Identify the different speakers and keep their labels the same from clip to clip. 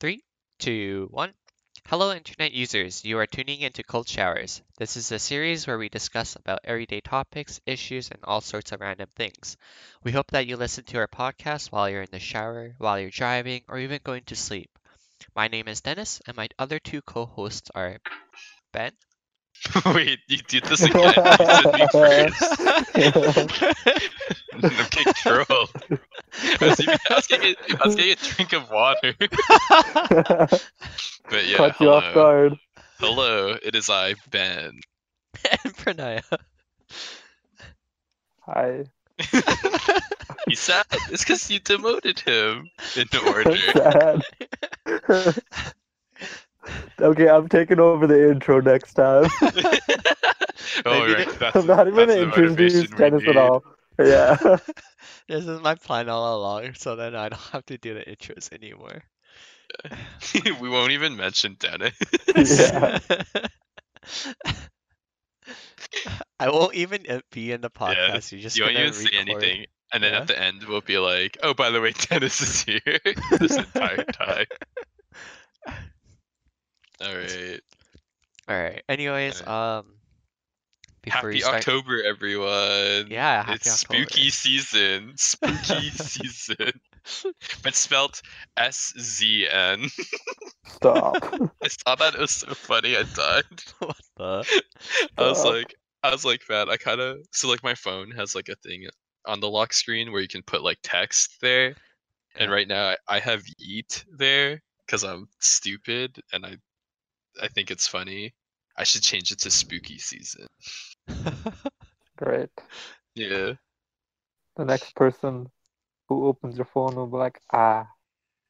Speaker 1: Three, two, one. Hello, Internet users. You are tuning into Cold Showers. This is a series where we discuss about everyday topics, issues, and all sorts of random things. We hope that you listen to our podcast while you're in the shower, while you're driving, or even going to sleep. My name is Dennis, and my other two co-hosts are Ben.
Speaker 2: Wait, you did this again? You said me first. I'm getting trolled. I was, even, I, was getting a, I was getting a drink of water. But yeah,
Speaker 3: Caught you
Speaker 2: hello.
Speaker 3: off guard.
Speaker 2: Hello, it is I, Ben.
Speaker 1: and Pranaya.
Speaker 3: Hi.
Speaker 2: He's sad. It's because you demoted him into order.
Speaker 3: Sad. okay, I'm taking over the intro next time.
Speaker 2: oh,
Speaker 1: Maybe
Speaker 2: right. That's,
Speaker 3: I'm not
Speaker 2: that's
Speaker 3: even gonna
Speaker 2: the
Speaker 3: introduce
Speaker 2: motivation we
Speaker 3: Dennis at
Speaker 2: need.
Speaker 3: all. Yeah.
Speaker 1: This is my plan all along, so then I don't have to do the intros anymore.
Speaker 2: we won't even mention Dennis.
Speaker 3: yeah.
Speaker 1: I won't even uh, be in the podcast. You're just
Speaker 2: You won't
Speaker 1: gonna
Speaker 2: even say
Speaker 1: record.
Speaker 2: anything. And then
Speaker 1: Yeah.
Speaker 2: at the end, we'll be like, oh, by the way, Dennis is here this entire time. All right.
Speaker 1: All right. Anyways,
Speaker 2: Alright.
Speaker 1: um, before
Speaker 2: Happy
Speaker 1: you start,
Speaker 2: October, everyone.
Speaker 1: yeah, happy
Speaker 2: it's
Speaker 1: October.
Speaker 2: spooky season. Spooky season. But spelt S Z N.
Speaker 3: Stop.
Speaker 2: I saw that. It was so funny. I died.
Speaker 1: what the?
Speaker 2: I was
Speaker 1: Oh.
Speaker 3: Stop.
Speaker 2: like, I was like, man, I kind of. So, like, my phone has, like, a thing on the lock screen where you can put, like, text there. And
Speaker 1: Yeah.
Speaker 2: right now, I, I have eat there because I'm stupid and I, I think it's funny. I should change it to spooky season.
Speaker 3: Great.
Speaker 2: Yeah.
Speaker 3: The next person who opens your phone will be like, ah,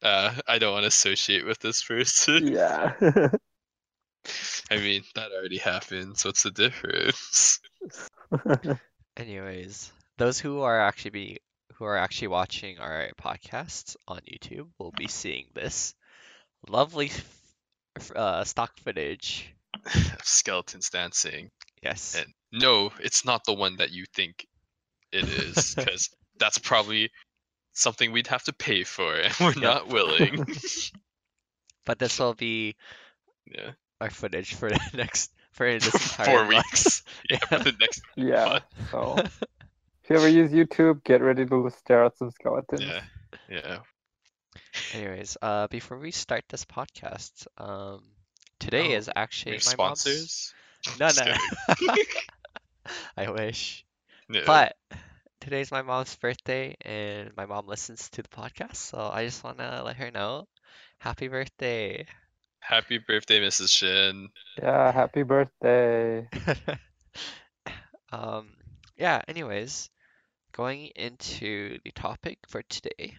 Speaker 2: Uh, I don't want to associate with this person.
Speaker 3: yeah.
Speaker 2: I mean, that already happened. So what's the difference?
Speaker 1: Anyways, those who are actually be who are actually watching our podcasts on YouTube will be seeing this lovely f- f- uh, stock footage.
Speaker 2: Skeletons dancing.
Speaker 1: Yes.
Speaker 2: And no, it's not the one that you think it is, because that's probably something we'd have to pay for, and we're not willing.
Speaker 1: But this will be
Speaker 2: yeah,
Speaker 1: our footage for the next for this entire
Speaker 2: four
Speaker 1: month.
Speaker 2: weeks. Yeah, for the next.
Speaker 3: yeah.
Speaker 2: What?
Speaker 3: So if you ever use YouTube, get ready to stare at some skeletons.
Speaker 2: Yeah, yeah.
Speaker 1: Anyways, uh, before we start this podcast, um, today
Speaker 2: Oh,
Speaker 1: is actually
Speaker 2: We have
Speaker 1: my mom's-
Speaker 2: sponsors.
Speaker 1: No,
Speaker 2: Just
Speaker 1: no.
Speaker 2: kidding.
Speaker 1: I wish.
Speaker 2: Yeah.
Speaker 1: But today's my mom's birthday, and my mom listens to the podcast, so I just wanna let her know, happy birthday.
Speaker 2: Happy birthday, Mrs. Shin.
Speaker 3: Yeah, happy birthday.
Speaker 1: Um, yeah. Anyways, going into the topic for today.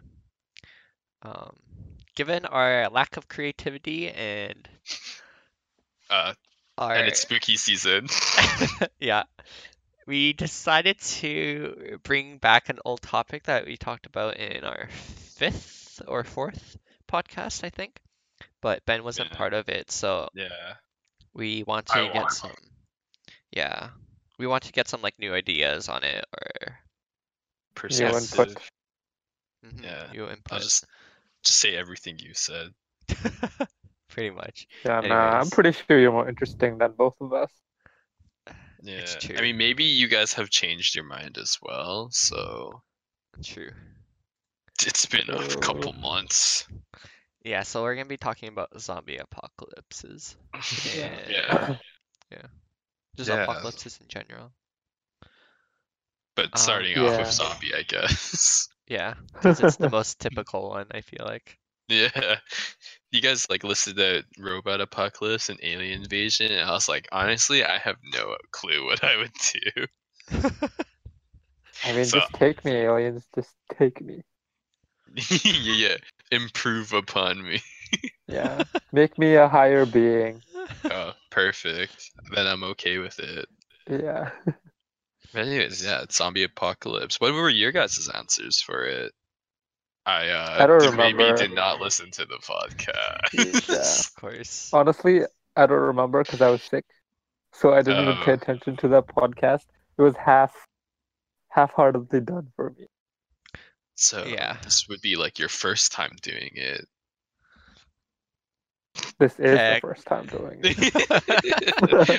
Speaker 1: Um, given our lack of creativity and
Speaker 2: Uh,
Speaker 1: our
Speaker 2: and it's spooky season.
Speaker 1: Yeah. We decided to bring back an old topic that we talked about in our fifth or fourth podcast, I think. But Ben wasn't
Speaker 2: Yeah.
Speaker 1: part of it, so
Speaker 2: yeah.
Speaker 1: we want
Speaker 2: I
Speaker 1: to get
Speaker 2: wasn't.
Speaker 1: some yeah. We want to get some like new ideas on it or
Speaker 3: New
Speaker 2: Perspective.
Speaker 3: input.
Speaker 1: Mhm,
Speaker 2: Yeah,
Speaker 1: new
Speaker 2: I'll
Speaker 1: input.
Speaker 2: just just say everything you said.
Speaker 1: Pretty much.
Speaker 3: Yeah, nah, I'm
Speaker 1: Anyways.
Speaker 3: pretty sure you're more interesting than both of us.
Speaker 2: Yeah.
Speaker 1: It's true.
Speaker 2: I mean, maybe you guys have changed your mind as well. So
Speaker 1: True.
Speaker 2: it's been a
Speaker 3: Uh,
Speaker 2: couple months.
Speaker 1: Yeah, so we're gonna be talking about zombie apocalypses.
Speaker 2: Yeah.
Speaker 1: Just
Speaker 2: Yeah.
Speaker 1: apocalypses in general.
Speaker 2: But
Speaker 1: Um,
Speaker 2: starting off
Speaker 3: Yeah.
Speaker 2: with zombie, I guess.
Speaker 1: Yeah. Because it's the most typical one, I feel like.
Speaker 2: yeah. You guys like listed the robot apocalypse and alien invasion, and I was like, honestly, I have no clue what I would do.
Speaker 3: I mean,
Speaker 2: So-
Speaker 3: just take me, aliens. Just take me.
Speaker 2: yeah. Improve upon me.
Speaker 3: Yeah. Make me a higher being.
Speaker 2: Oh, perfect. Then I'm okay with it.
Speaker 3: Yeah.
Speaker 2: But anyways, yeah, it's zombie apocalypse. What were your guys' answers for it? I uh
Speaker 3: I don't
Speaker 2: did- maybe
Speaker 3: remember.
Speaker 2: did not listen to the podcast.
Speaker 1: Of course.
Speaker 3: Honestly, I don't remember because I was sick, so I didn't even pay
Speaker 2: Oh.
Speaker 3: attention to that podcast. It was half, half-heartedly done for me.
Speaker 2: so
Speaker 1: Yeah.
Speaker 2: this would be like your first time doing it.
Speaker 3: This is
Speaker 1: Heck.
Speaker 3: the first time doing it.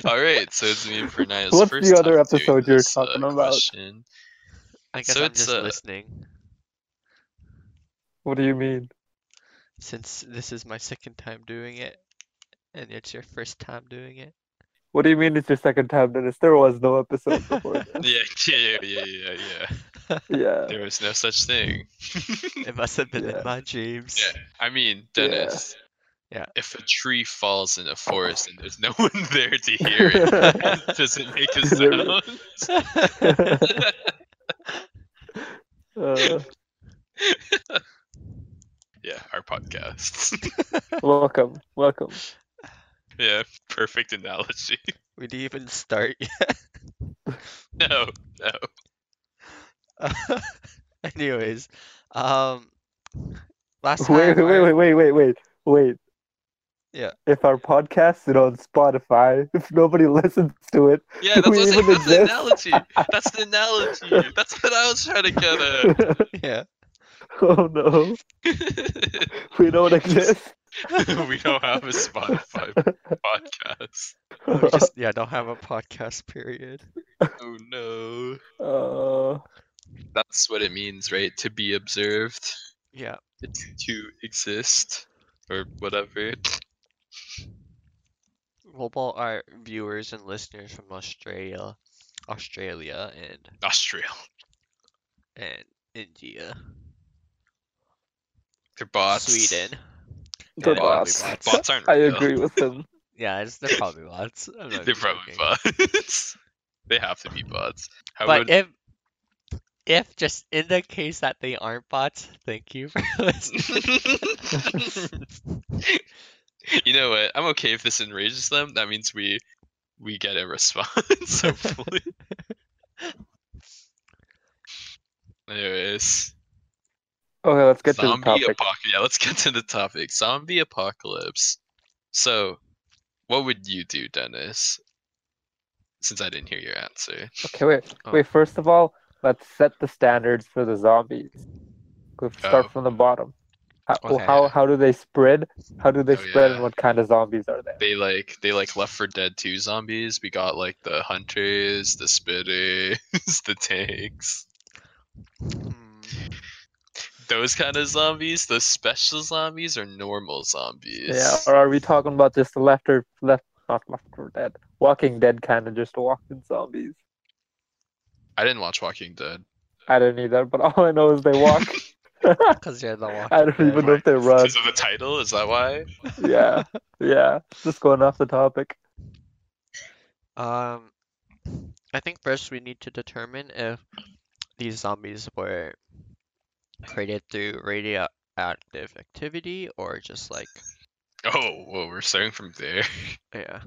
Speaker 2: All right, so it's me for Naya's
Speaker 3: What's
Speaker 2: first
Speaker 3: the other
Speaker 2: time doing
Speaker 3: episode you're
Speaker 2: this, uh,
Speaker 3: talking about?
Speaker 2: question.
Speaker 1: I guess
Speaker 2: So
Speaker 1: I'm
Speaker 2: it's,
Speaker 1: just
Speaker 2: uh,
Speaker 1: listening
Speaker 3: What do you mean?
Speaker 1: since this is my second time doing it, and it's your first time doing it.
Speaker 3: What do you mean it's your second time doing this? There was no episode before
Speaker 2: Yeah,
Speaker 3: this.
Speaker 2: yeah, yeah, yeah, yeah.
Speaker 3: yeah.
Speaker 2: There was no such thing.
Speaker 1: It must have been
Speaker 3: Yeah.
Speaker 1: in my dreams.
Speaker 2: Yeah, I mean, Dennis.
Speaker 1: Yeah.
Speaker 2: If a tree falls in a forest and there's no one there to hear it, it doesn't make a sound.
Speaker 3: Uh,
Speaker 2: yeah, our podcast.
Speaker 3: welcome. Welcome.
Speaker 2: yeah, perfect analogy.
Speaker 1: we didn't even start yet.
Speaker 2: No, no.
Speaker 1: Anyways, um, last time
Speaker 3: Wait, wait,
Speaker 1: our-
Speaker 3: wait, wait, wait, wait, wait.
Speaker 1: Yeah.
Speaker 3: If our podcast is on Spotify, if nobody listens to it,
Speaker 2: Yeah, that's
Speaker 3: We
Speaker 2: what I'm saying.
Speaker 3: even
Speaker 2: That's the
Speaker 3: exist?
Speaker 2: analogy. That's the analogy. That's what I was trying to get at.
Speaker 1: yeah,
Speaker 3: oh no, we don't exist.
Speaker 2: we don't have a Spotify podcast.
Speaker 1: we just yeah don't have a podcast period.
Speaker 2: Oh no.
Speaker 3: uh,
Speaker 2: That's what it means, right? To be observed,
Speaker 1: Yeah,
Speaker 2: it's to exist, or whatever.
Speaker 1: well, well, our viewers and listeners from Australia, Australia and
Speaker 2: Australia.
Speaker 1: and India,
Speaker 2: They're bots.
Speaker 1: Sweden.
Speaker 3: They're
Speaker 1: Yeah, probably
Speaker 3: bots.
Speaker 1: bots.
Speaker 2: Bots aren't
Speaker 3: I
Speaker 2: real.
Speaker 3: agree with him.
Speaker 1: Yeah, it's, they're probably bots. I'm not
Speaker 2: They're
Speaker 1: even
Speaker 2: probably
Speaker 1: joking.
Speaker 2: bots. they have to be bots. How
Speaker 1: But
Speaker 2: would
Speaker 1: if if just in the case that they aren't bots, thank you for listening.
Speaker 2: you know what? I'm okay if this enrages them. That means we we get a response, hopefully. Anyways,
Speaker 3: Okay, let's get to the
Speaker 2: zombie
Speaker 3: topic.
Speaker 2: apocalypse. Yeah, let's get to the topic. Zombie apocalypse. So, what would you do, Dennis? Since I didn't hear your answer.
Speaker 3: Okay, wait,
Speaker 1: Oh.
Speaker 3: wait. First of all, let's set the standards for the zombies. Let's
Speaker 2: Oh.
Speaker 3: start from the bottom. How,
Speaker 1: Okay.
Speaker 3: how how do they spread? How do they
Speaker 2: Oh,
Speaker 3: spread,
Speaker 2: yeah.
Speaker 3: and what kind of zombies are there?
Speaker 2: They like they like Left for Dead 2 zombies. We got like the hunters, the spitters, the tanks.
Speaker 1: Hmm.
Speaker 2: Those kind of zombies, those special zombies are normal zombies.
Speaker 3: Yeah, or are we talking about just the left or left, not left or dead, Walking Dead kind of just walking zombies?
Speaker 2: I didn't watch Walking Dead.
Speaker 3: I don't either, but all I know is they walk.
Speaker 1: Because you're the
Speaker 3: I
Speaker 1: walking
Speaker 3: don't
Speaker 1: dead.
Speaker 3: even know if they run.
Speaker 2: Because of the title, is that why?
Speaker 3: Yeah, yeah. Just going off the topic.
Speaker 1: Um, I think first we need to determine if these zombies were created through radioactive activity or just like,
Speaker 2: Oh, whoa, we're starting from there.
Speaker 1: yeah,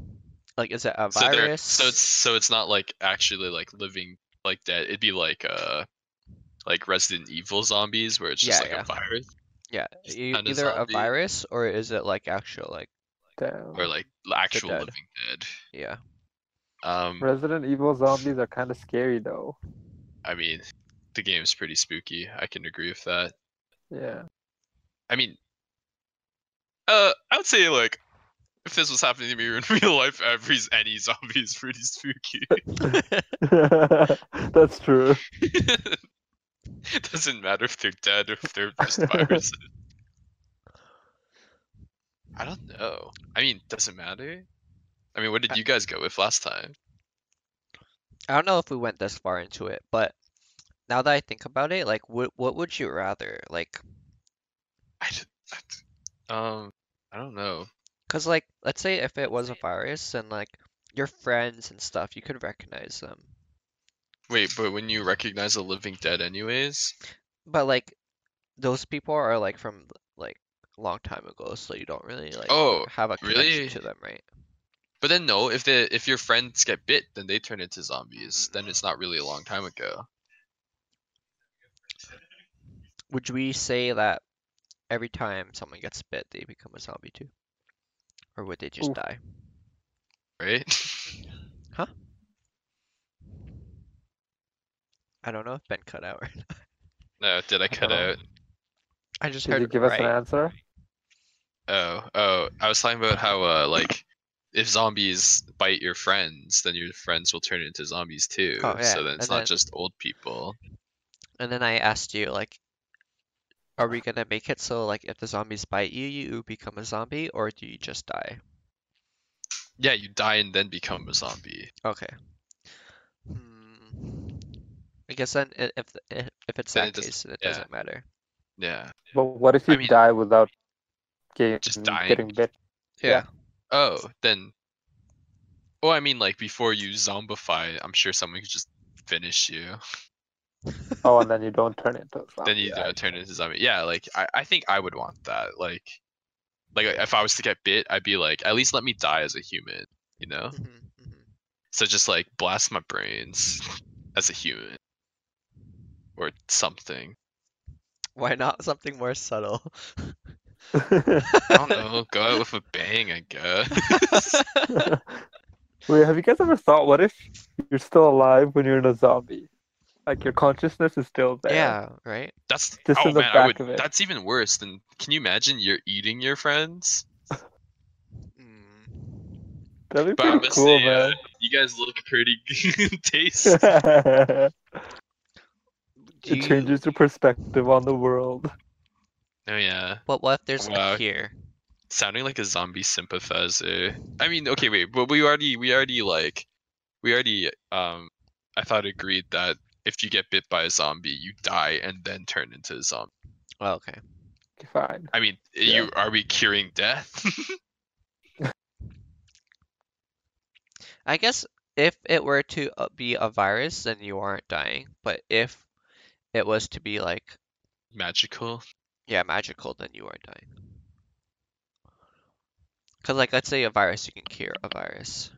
Speaker 1: like is it a
Speaker 2: So they're
Speaker 1: virus?
Speaker 2: so it's so it's not like actually like living like dead. It'd be like uh like Resident Evil zombies where it's just
Speaker 1: Yeah,
Speaker 2: like
Speaker 1: yeah.
Speaker 2: a virus
Speaker 1: yeah,
Speaker 2: it's
Speaker 1: e-
Speaker 2: not a
Speaker 1: either a
Speaker 2: zombie.
Speaker 1: virus or is it like actual like
Speaker 3: Damn.
Speaker 2: or like l- actual
Speaker 1: Oh, dead.
Speaker 2: living dead.
Speaker 1: yeah
Speaker 2: Um,
Speaker 3: Resident Evil zombies are kind of scary though.
Speaker 2: I mean, the game's pretty spooky. I can agree with that.
Speaker 3: Yeah.
Speaker 2: I mean, uh, I would say like if this was happening to me in real life, every any zombie is pretty spooky.
Speaker 3: That's true.
Speaker 2: Doesn't matter if they're dead or if they're just viruses. I don't know. I mean, doesn't matter. I mean, what did you guys go with last time?
Speaker 1: I don't know if we went this far into it, but now that I think about it, like what what would you rather like?
Speaker 2: I, d- I d- um, I don't know.
Speaker 1: Cause like let's say if it was a virus and like your friends and stuff, you could recognize them.
Speaker 2: Wait, but when you recognize a living dead, anyways,
Speaker 1: But like those people are like from like a long time ago, so you don't really like
Speaker 2: Oh,
Speaker 1: have a connection
Speaker 2: really?
Speaker 1: to them, right?
Speaker 2: but then no, if the if your friends get bit, then they turn into zombies. Then it's not really a long time ago.
Speaker 1: Would we say that every time someone gets bit, they become a zombie too? Or would they just
Speaker 3: Oof.
Speaker 1: die?
Speaker 2: right?
Speaker 1: I don't know if Ben cut out.
Speaker 2: No, did I cut
Speaker 3: Uh,
Speaker 2: out?
Speaker 1: I just
Speaker 3: Did
Speaker 1: heard
Speaker 3: you give us
Speaker 1: right.
Speaker 3: an answer?
Speaker 2: Oh, oh, I was talking about how uh like if zombies bite your friends, then your friends will turn into zombies too.
Speaker 1: Oh, yeah,
Speaker 2: So then it's
Speaker 1: and
Speaker 2: not
Speaker 1: then-
Speaker 2: just old people.
Speaker 1: And then I asked you, like, are
Speaker 2: Uh.
Speaker 1: we gonna make it so like if the zombies bite you, you become a zombie, or do you just die?
Speaker 2: Yeah, you die and then become a zombie.
Speaker 1: Okay. Hmm. I guess then i- if th- i- if it's
Speaker 2: Then
Speaker 1: that
Speaker 2: it does-
Speaker 1: case, then it
Speaker 2: yeah.
Speaker 1: doesn't matter.
Speaker 2: Yeah.
Speaker 3: But what if
Speaker 2: I
Speaker 3: you
Speaker 2: mean-
Speaker 3: die without getting,
Speaker 2: Just dying.
Speaker 3: getting bit? Yeah.
Speaker 2: Oh, then. Oh, I mean, like before you zombify, I'm sure someone could just finish you.
Speaker 3: Oh, and then you don't turn into a zombie.
Speaker 2: then you don't turn into zombie. Yeah, like I, I think I would want that. Like, like if I was to get bit, I'd be like, at least let me die as a human. You know.
Speaker 1: Mhm,
Speaker 2: mm-hmm.
Speaker 1: mhm.
Speaker 2: So just like blast my brains as a human or something.
Speaker 1: Why not something more subtle?
Speaker 2: I don't know. go out with a bang, I guess.
Speaker 3: Wait, have you guys ever thought what if you're still alive when you're in a zombie? Like your consciousness is still there.
Speaker 1: yeah, right?
Speaker 2: That's
Speaker 3: Just
Speaker 2: oh
Speaker 3: in the
Speaker 2: man, I
Speaker 3: back of
Speaker 2: would.
Speaker 3: it.
Speaker 2: That's even worse than. Can you imagine? You're eating your friends.
Speaker 1: Mm.
Speaker 3: That'd be
Speaker 2: But I'm gonna
Speaker 3: pretty cool,
Speaker 2: say, uh,
Speaker 3: man.
Speaker 2: you guys look pretty good taste.
Speaker 3: it
Speaker 1: Do you-
Speaker 3: changes your perspective on the world.
Speaker 2: oh yeah.
Speaker 1: But what if there's
Speaker 2: Wow.
Speaker 1: a cure?
Speaker 2: sounding like a zombie sympathizer. I mean, okay, wait, but we already we already like we already um I thought agreed that if you get bit by a zombie, you die and then turn into a zombie.
Speaker 1: Oh, okay.
Speaker 3: Fine.
Speaker 2: I mean, i- you are we curing death?
Speaker 1: I guess if it were to uh, be a virus, then you aren't dying. But if it was to be like,
Speaker 2: Magical.
Speaker 1: yeah, magical, then you are dying. Because, like, let's say a virus, you can cure a virus.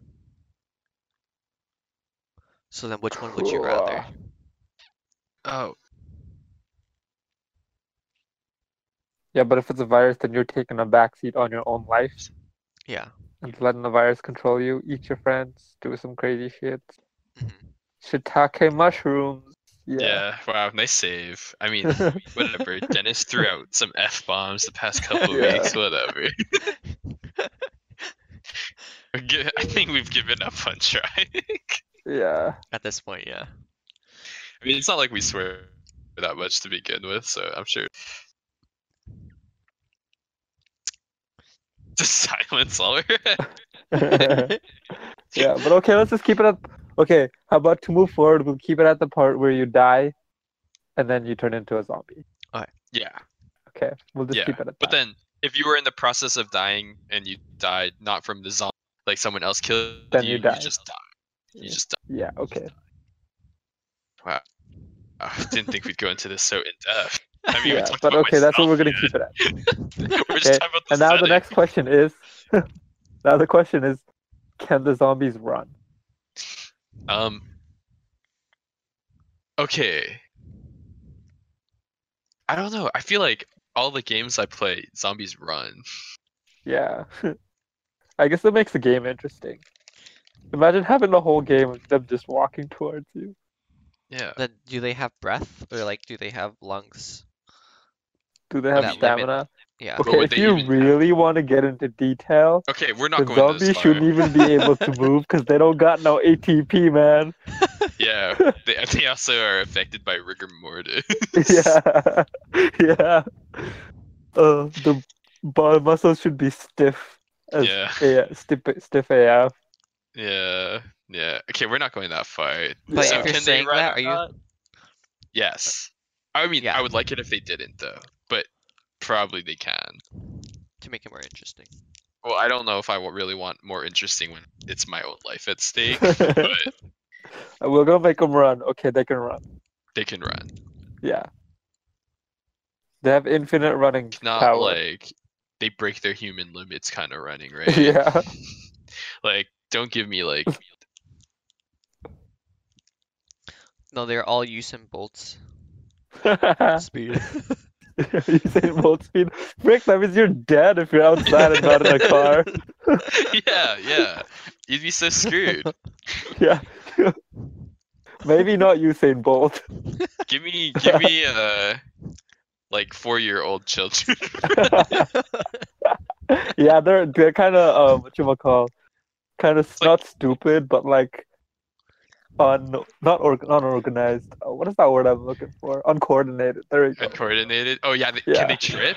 Speaker 1: So then, which one would you rather?
Speaker 2: Oh,
Speaker 3: Yeah, but if it's a virus, then you're taking a backseat on your own life
Speaker 1: Yeah.
Speaker 3: and letting the virus control you, eat your friends, do some crazy shit.
Speaker 1: Mhm.
Speaker 3: Shiitake mushrooms. Yeah.
Speaker 2: yeah. Wow, nice save. I mean, whatever. Dennis threw out some f bombs the past couple of
Speaker 3: Yeah.
Speaker 2: weeks. Whatever. We're gi- I think we've given up on trying.
Speaker 3: yeah.
Speaker 1: At this point, yeah.
Speaker 2: I mean, it's not like we swear that much to begin with, so I'm sure. Just silence all around.
Speaker 3: yeah, but okay, let's just keep it at. Okay, how about to move forward? We'll keep it at the part where you die, and then you turn into a zombie.
Speaker 2: Yeah,
Speaker 3: Okay, we'll just
Speaker 2: Yeah,
Speaker 3: keep it at
Speaker 2: but
Speaker 3: that.
Speaker 2: then if you were in the process of dying and you died not from the zombie, like someone else killed
Speaker 3: Then
Speaker 2: you,
Speaker 3: you die.
Speaker 2: just die. You
Speaker 3: Yeah.
Speaker 2: just die.
Speaker 3: yeah, okay.
Speaker 2: I didn't think we'd go into this so in depth. I mean, we
Speaker 3: yeah,
Speaker 2: talked
Speaker 3: but
Speaker 2: about
Speaker 3: okay, that's what we're
Speaker 2: myself,
Speaker 3: gonna
Speaker 2: man.
Speaker 3: keep it at.
Speaker 2: We're just
Speaker 3: Okay,
Speaker 2: talking about the
Speaker 3: And now the
Speaker 2: setting.
Speaker 3: next question is. now the question is, can the zombies run?
Speaker 2: Um. Okay. I don't know. I feel like all the games I play, zombies run.
Speaker 3: Yeah. I guess that makes the game interesting. Imagine having the whole game of them just walking towards you.
Speaker 2: Yeah.
Speaker 1: Then, do they have breath? Or, like, do they have lungs?
Speaker 3: Do they have
Speaker 1: That limit-
Speaker 3: stamina?
Speaker 1: Yeah.
Speaker 2: But
Speaker 3: Okay,
Speaker 2: would
Speaker 3: if
Speaker 2: they
Speaker 3: you
Speaker 2: even-
Speaker 3: really want to get into detail,
Speaker 2: Okay, we're not
Speaker 3: The
Speaker 2: going
Speaker 3: zombies
Speaker 2: this far.
Speaker 3: shouldn't even be able to move because they don't got no ATP, man.
Speaker 2: Yeah. They, they also are affected by rigor mortis.
Speaker 3: yeah, yeah. Uh, the bone muscles should be stiff. As
Speaker 2: Yeah.
Speaker 3: A- stiff, stiff AF.
Speaker 2: Yeah. Yeah. Okay, we're not going that far.
Speaker 1: But
Speaker 2: So
Speaker 1: if you're
Speaker 2: can they
Speaker 1: saying
Speaker 2: run
Speaker 1: that,
Speaker 2: or
Speaker 1: are you.
Speaker 2: not? Yes. I mean,
Speaker 1: Yeah.
Speaker 2: I would like it if they didn't though, but probably they can.
Speaker 1: to make it more interesting.
Speaker 2: Well, I don't know if I wa- really want more interesting when it's my own life at stake, but
Speaker 3: We're gonna make them run. Okay, they can run.
Speaker 2: they can run.
Speaker 3: Yeah. They have infinite running
Speaker 2: not
Speaker 3: power.
Speaker 2: like they break their human limits kind of running, right?
Speaker 3: Yeah.
Speaker 2: Like, don't give me like
Speaker 1: No, they're all Usain Bolt's speed.
Speaker 3: you say bolt speed. Rick, that means you're dead if you're outside and not in a car.
Speaker 2: Yeah, yeah. You'd be so screwed.
Speaker 3: Yeah. Maybe not Usain Bolt.
Speaker 2: give me give me uh like four year old children.
Speaker 3: yeah, they're they're kind of um, what you call, kind of
Speaker 2: like-
Speaker 3: not stupid, but like un not org, unorganized. Uh, What is that word I'm looking for? Uncoordinated. There we go.
Speaker 2: Uncoordinated. Oh yeah, they,
Speaker 3: Yeah.
Speaker 2: can they trip?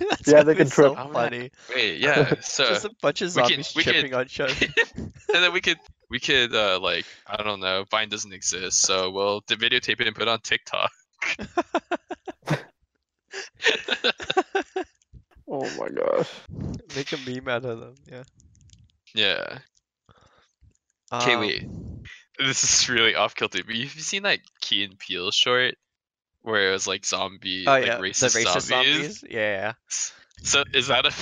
Speaker 1: That's
Speaker 3: Yeah,
Speaker 1: gonna
Speaker 3: they
Speaker 1: be
Speaker 3: can
Speaker 1: so
Speaker 3: trip.
Speaker 2: I wanna-
Speaker 1: funny.
Speaker 2: Wait, yeah. So
Speaker 1: Just a bunch of
Speaker 2: we can-
Speaker 1: zombies
Speaker 2: we can-
Speaker 1: tripping on each other.
Speaker 2: and then we could we could uh like I don't know, Vine doesn't exist, so we'll d- videotape it and put it on TikTok.
Speaker 3: Oh my gosh.
Speaker 1: Make a meme out of them. Yeah.
Speaker 2: Yeah. Okay,
Speaker 1: Um,
Speaker 2: wait. This is really off kilter. But have you seen that Key and Peel short where it was like zombie,
Speaker 1: Oh
Speaker 2: like
Speaker 1: yeah,
Speaker 2: racist,
Speaker 1: the racist
Speaker 2: zombies?
Speaker 1: zombies. Yeah.
Speaker 2: So is that a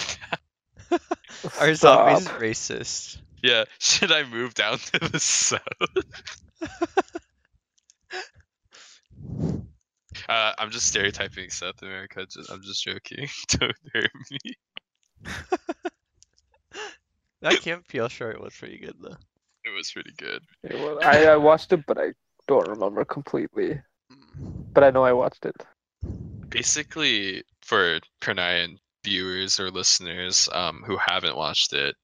Speaker 1: Are
Speaker 3: Stop.
Speaker 1: zombies racist?
Speaker 2: yeah? Should I move down to the south? Uh, I'm just stereotyping South America. Just, I'm just joking. Don't hurt me.
Speaker 1: That Kim Peel short was pretty good though.
Speaker 2: It was pretty good.
Speaker 3: Yeah, well, I, I watched it, but I don't remember completely.
Speaker 1: Mm.
Speaker 3: But I know I watched it.
Speaker 2: basically for Pernian viewers or listeners um, who haven't watched it,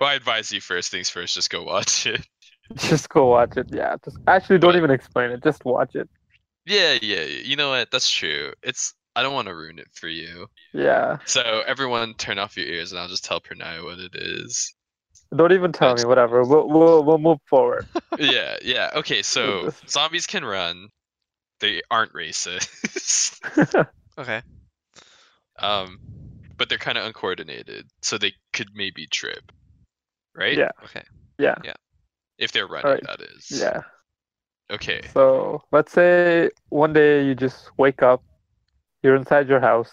Speaker 2: well, I advise you first things first, just go watch it.
Speaker 3: Just go watch it. Yeah. Just actually don't
Speaker 2: But-
Speaker 3: even explain it. Just watch it.
Speaker 2: Yeah, yeah, yeah, you know what? That's true. It's I don't want to ruin it for you.
Speaker 3: Yeah.
Speaker 2: So everyone, turn off your ears, and I'll just tell Pernaya what it is.
Speaker 3: Don't even tell me. Whatever. We'll we'll, we'll move forward.
Speaker 2: yeah, yeah. Okay, so zombies can run. They aren't racist.
Speaker 1: Okay.
Speaker 2: um, but they're kind of uncoordinated, so they could maybe trip, right?
Speaker 3: Yeah.
Speaker 1: Okay.
Speaker 3: Yeah.
Speaker 2: If they're running,
Speaker 3: Right.
Speaker 2: that is.
Speaker 3: Yeah.
Speaker 2: Okay.
Speaker 3: So let's say one day you just wake up, you're inside your house,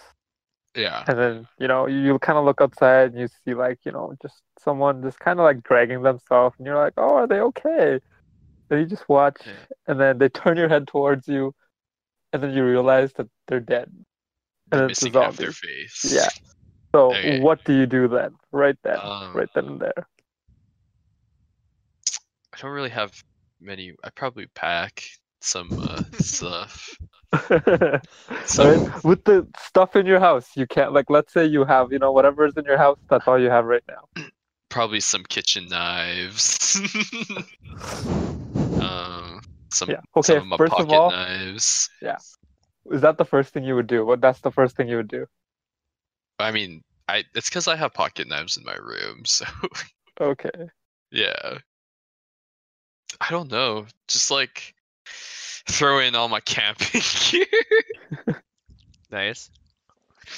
Speaker 2: Yeah.
Speaker 3: and then you know you, you kind of look outside and you see like you know just someone just kind of like dragging themselves, and you're like, oh, are they okay? And you just watch,
Speaker 2: Yeah.
Speaker 3: and then they turn your head towards you, and then you realize that they're dead.
Speaker 2: They're
Speaker 3: and it's a
Speaker 2: missing half their
Speaker 3: zombie.
Speaker 2: face.
Speaker 3: Yeah. So
Speaker 2: Okay.
Speaker 3: what do you do then? Right then,
Speaker 2: Um,
Speaker 3: right then and there.
Speaker 2: I don't really have many. I probably pack some uh, stuff. So
Speaker 3: Right? With the stuff in your house, you can't like. Let's say you have you know whatever's in your house. That's all you have right now.
Speaker 2: probably some kitchen knives. um, some
Speaker 3: Yeah. Okay.
Speaker 2: some of my
Speaker 3: First
Speaker 2: pocket
Speaker 3: of all,
Speaker 2: knives.
Speaker 3: is that the first thing you would do? What that's the first thing you would do?
Speaker 2: I mean, I it's because I have pocket knives in my room. So
Speaker 3: Okay.
Speaker 2: yeah. I don't know. Just like throw in all my camping gear.
Speaker 1: Nice.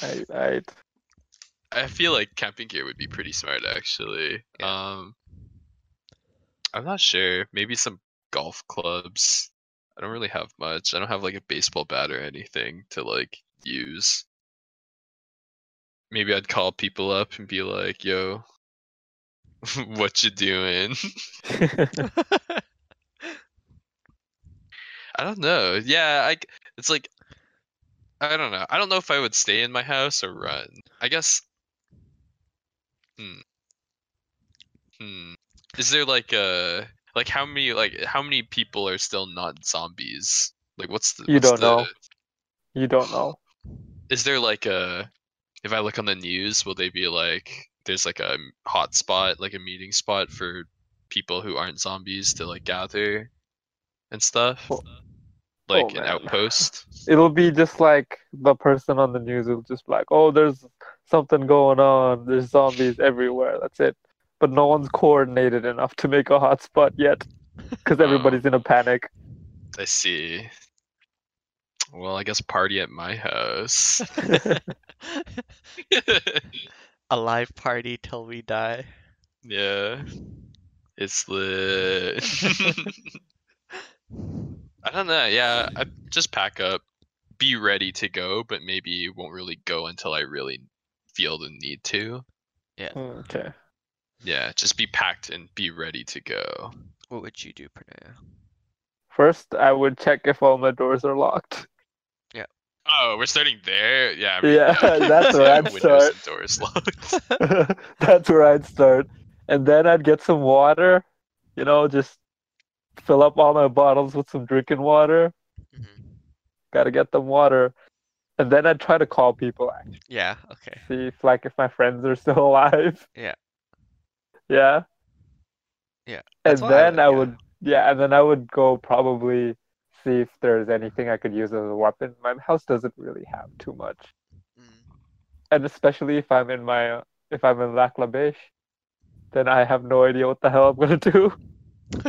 Speaker 3: Right. right.
Speaker 2: I feel like camping gear would be pretty smart actually. Um I'm not sure. Maybe some golf clubs. I don't really have much. I don't have like a baseball bat or anything to like use. Maybe I'd call people up and be like, "Yo, what you doing?" I don't know. Yeah, I c- it's like I don't know. I don't know if I would stay in my house or run. I guess Hmm. Hmm. Is there like a like how many like how many people are still not zombies? Like what's the
Speaker 3: You
Speaker 2: what's
Speaker 3: don't know.
Speaker 2: the-
Speaker 3: you don't know.
Speaker 2: Is there like a if I look on the news, will they be like there's like a hot spot, like a meeting spot for people who aren't zombies to like gather and stuff?
Speaker 3: Oh.
Speaker 2: Like
Speaker 3: Oh,
Speaker 2: an
Speaker 3: man.
Speaker 2: outpost?
Speaker 3: It'll be just like the person on the news will just be like, oh, there's something going on. There's zombies everywhere. That's it. But no one's coordinated enough to make a hotspot yet, because
Speaker 2: Oh.
Speaker 3: everybody's in a panic.
Speaker 2: I see. Well, I guess party at my house.
Speaker 1: A live party till we die.
Speaker 2: yeah. It's lit. I don't know. Yeah, I just pack up, be ready to go, but maybe won't really go until I really feel the need to.
Speaker 3: okay.
Speaker 2: Yeah, just be packed and be ready to go.
Speaker 1: What would you do, Pranaya?
Speaker 3: First, I would check if all my doors are locked.
Speaker 2: Oh, we're starting there. Yeah.
Speaker 3: Yeah, that's where I'd
Speaker 2: Windows
Speaker 3: start.
Speaker 2: and doors locked.
Speaker 3: That's where I'd start. And then I'd get some water, you know, just fill up all my bottles with some drinking water.
Speaker 1: Mhm.
Speaker 3: Gotta get them water. and then I try to call people actually
Speaker 1: Yeah, okay.
Speaker 3: see if like if my friends are still alive.
Speaker 1: Yeah.
Speaker 3: Yeah.
Speaker 1: Yeah,
Speaker 3: And
Speaker 1: that's what I
Speaker 3: then
Speaker 1: would-
Speaker 3: I
Speaker 1: yeah.
Speaker 3: would yeah, and then I would go probably see if there's anything I could use as a weapon. My house doesn't really have too much.
Speaker 1: Mm.
Speaker 3: And especially if I'm in my if I'm in Lac La Biche, then I have no idea what the hell I'm gonna do.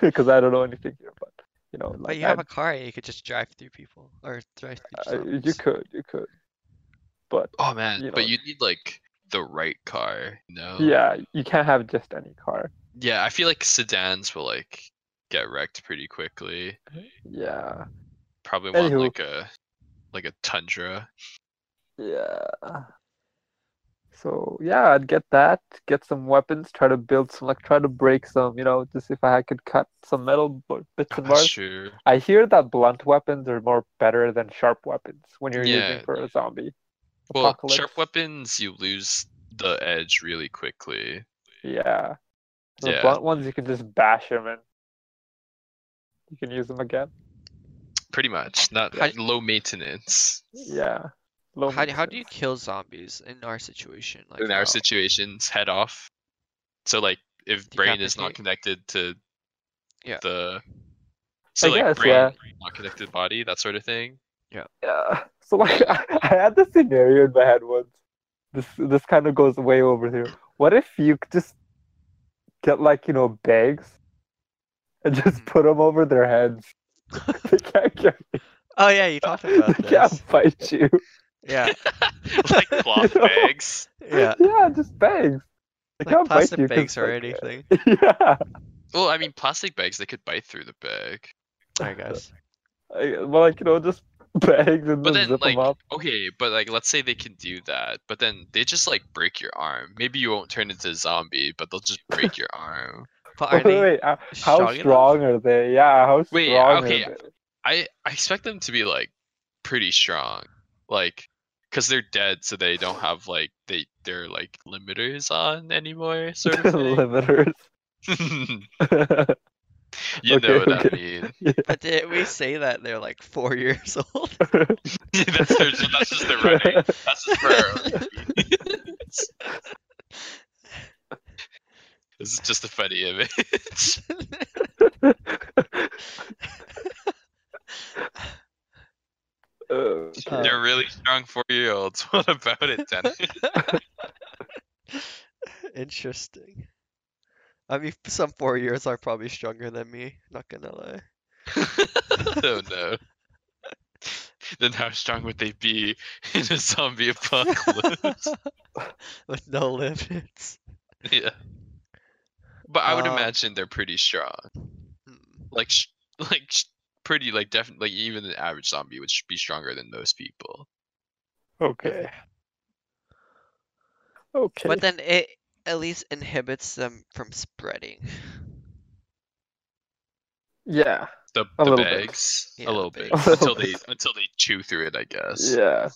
Speaker 3: Because I don't know anything here, but you know, like
Speaker 1: But you
Speaker 3: I
Speaker 1: have a car, you could just drive through people or drive through.
Speaker 3: Uh, you
Speaker 1: zombies.
Speaker 3: could, you could. But
Speaker 2: Oh man,
Speaker 3: You know.
Speaker 2: but you need like the right car. You know?
Speaker 1: Oh.
Speaker 3: yeah, you can't have just any car.
Speaker 2: Yeah, I feel like sedans will like get wrecked pretty quickly.
Speaker 3: Yeah,
Speaker 2: Probably want
Speaker 3: Anywho.
Speaker 2: like a like a tundra.
Speaker 3: yeah. So yeah, I'd get that, get some weapons, try to build some, like try to break some, you know, just if I could cut some metal b- bits and bars.
Speaker 2: Sure.
Speaker 3: I hear that blunt weapons are more better than sharp weapons when you're
Speaker 2: Yeah.
Speaker 3: using for a zombie.
Speaker 2: Well,
Speaker 3: Apocalypse.
Speaker 2: sharp weapons you lose the edge really quickly.
Speaker 3: Yeah. The
Speaker 2: Yeah.
Speaker 3: blunt ones you can just bash them and you can use them again.
Speaker 2: Pretty much. Not
Speaker 1: How-
Speaker 2: low maintenance.
Speaker 3: Yeah. Low
Speaker 1: How, do- how do you
Speaker 3: maintenance.
Speaker 1: kill zombies in our situation? Like
Speaker 2: in our
Speaker 1: how-
Speaker 2: situations head off. So like if brain is not
Speaker 1: Decapitate.
Speaker 2: connected to
Speaker 1: Yeah.
Speaker 2: the so like
Speaker 3: guess,
Speaker 2: brain
Speaker 3: yeah.
Speaker 2: not connected to body, that sort of thing.
Speaker 3: Yeah. So like I, I had this scenario in my head once. This this kind of goes way over here. What if you could just get like you know bags and just
Speaker 1: Mhm.
Speaker 3: put them over their heads? they can't get,
Speaker 1: Oh yeah, you talked about
Speaker 3: they can't
Speaker 1: this.
Speaker 3: fight you.
Speaker 1: Yeah,
Speaker 2: like cloth
Speaker 3: You know?
Speaker 2: bags.
Speaker 1: yeah.
Speaker 3: Yeah, just bags. They
Speaker 1: Like
Speaker 3: can't bite
Speaker 1: plastic
Speaker 3: you 'cause,
Speaker 1: bags or
Speaker 3: like,
Speaker 1: anything.
Speaker 3: Yeah.
Speaker 2: Well, I mean plastic bags they could bite through the bag.
Speaker 1: I guess.
Speaker 3: I- Well, like you know, just bags and
Speaker 2: But
Speaker 3: just
Speaker 2: then
Speaker 3: zip
Speaker 2: like
Speaker 3: them up.
Speaker 2: okay, but like let's say they can do that, but then they just like break your arm. Maybe you won't turn into a zombie, but they'll just break your arm.
Speaker 1: But are
Speaker 3: Wait,
Speaker 1: they
Speaker 3: wait, uh, how
Speaker 1: strong, enough?
Speaker 3: strong are they? Yeah, how strong
Speaker 2: Wait,
Speaker 3: are
Speaker 2: okay,
Speaker 3: they?
Speaker 2: I I expect them to be like pretty strong, like because they're dead, so they don't have like they they're like limiters on anymore, sort of thing.
Speaker 3: Limiters.
Speaker 1: Uh,
Speaker 2: you
Speaker 3: Okay,
Speaker 2: know what
Speaker 3: okay.
Speaker 2: I mean?
Speaker 1: But did we say that they're like four years old?
Speaker 2: that's, their, that's just their running. That's just for our- This is just a funny image.
Speaker 3: Okay.
Speaker 2: they're really strong four year olds. What about it, Dennis?
Speaker 1: Interesting. I mean, some four years are probably stronger than me. Not gonna lie.
Speaker 2: oh no. Then how strong would they be in a zombie apocalypse?
Speaker 1: With no limits.
Speaker 2: yeah. But I would
Speaker 3: Uh,
Speaker 1: Um,
Speaker 2: imagine they're pretty strong.
Speaker 1: Hmm.
Speaker 2: Like, sh- like sh- pretty, like definitely, like even an average zombie would sh- be stronger than most people.
Speaker 3: Okay. Okay.
Speaker 1: But then it at least inhibits them from spreading.
Speaker 3: yeah.
Speaker 2: The,
Speaker 3: A
Speaker 2: the
Speaker 3: little bit.
Speaker 2: bags,
Speaker 1: Yeah,
Speaker 2: a little
Speaker 1: bags.
Speaker 2: bit,
Speaker 3: A little
Speaker 2: until they until they chew through it, I guess.
Speaker 3: Yeah.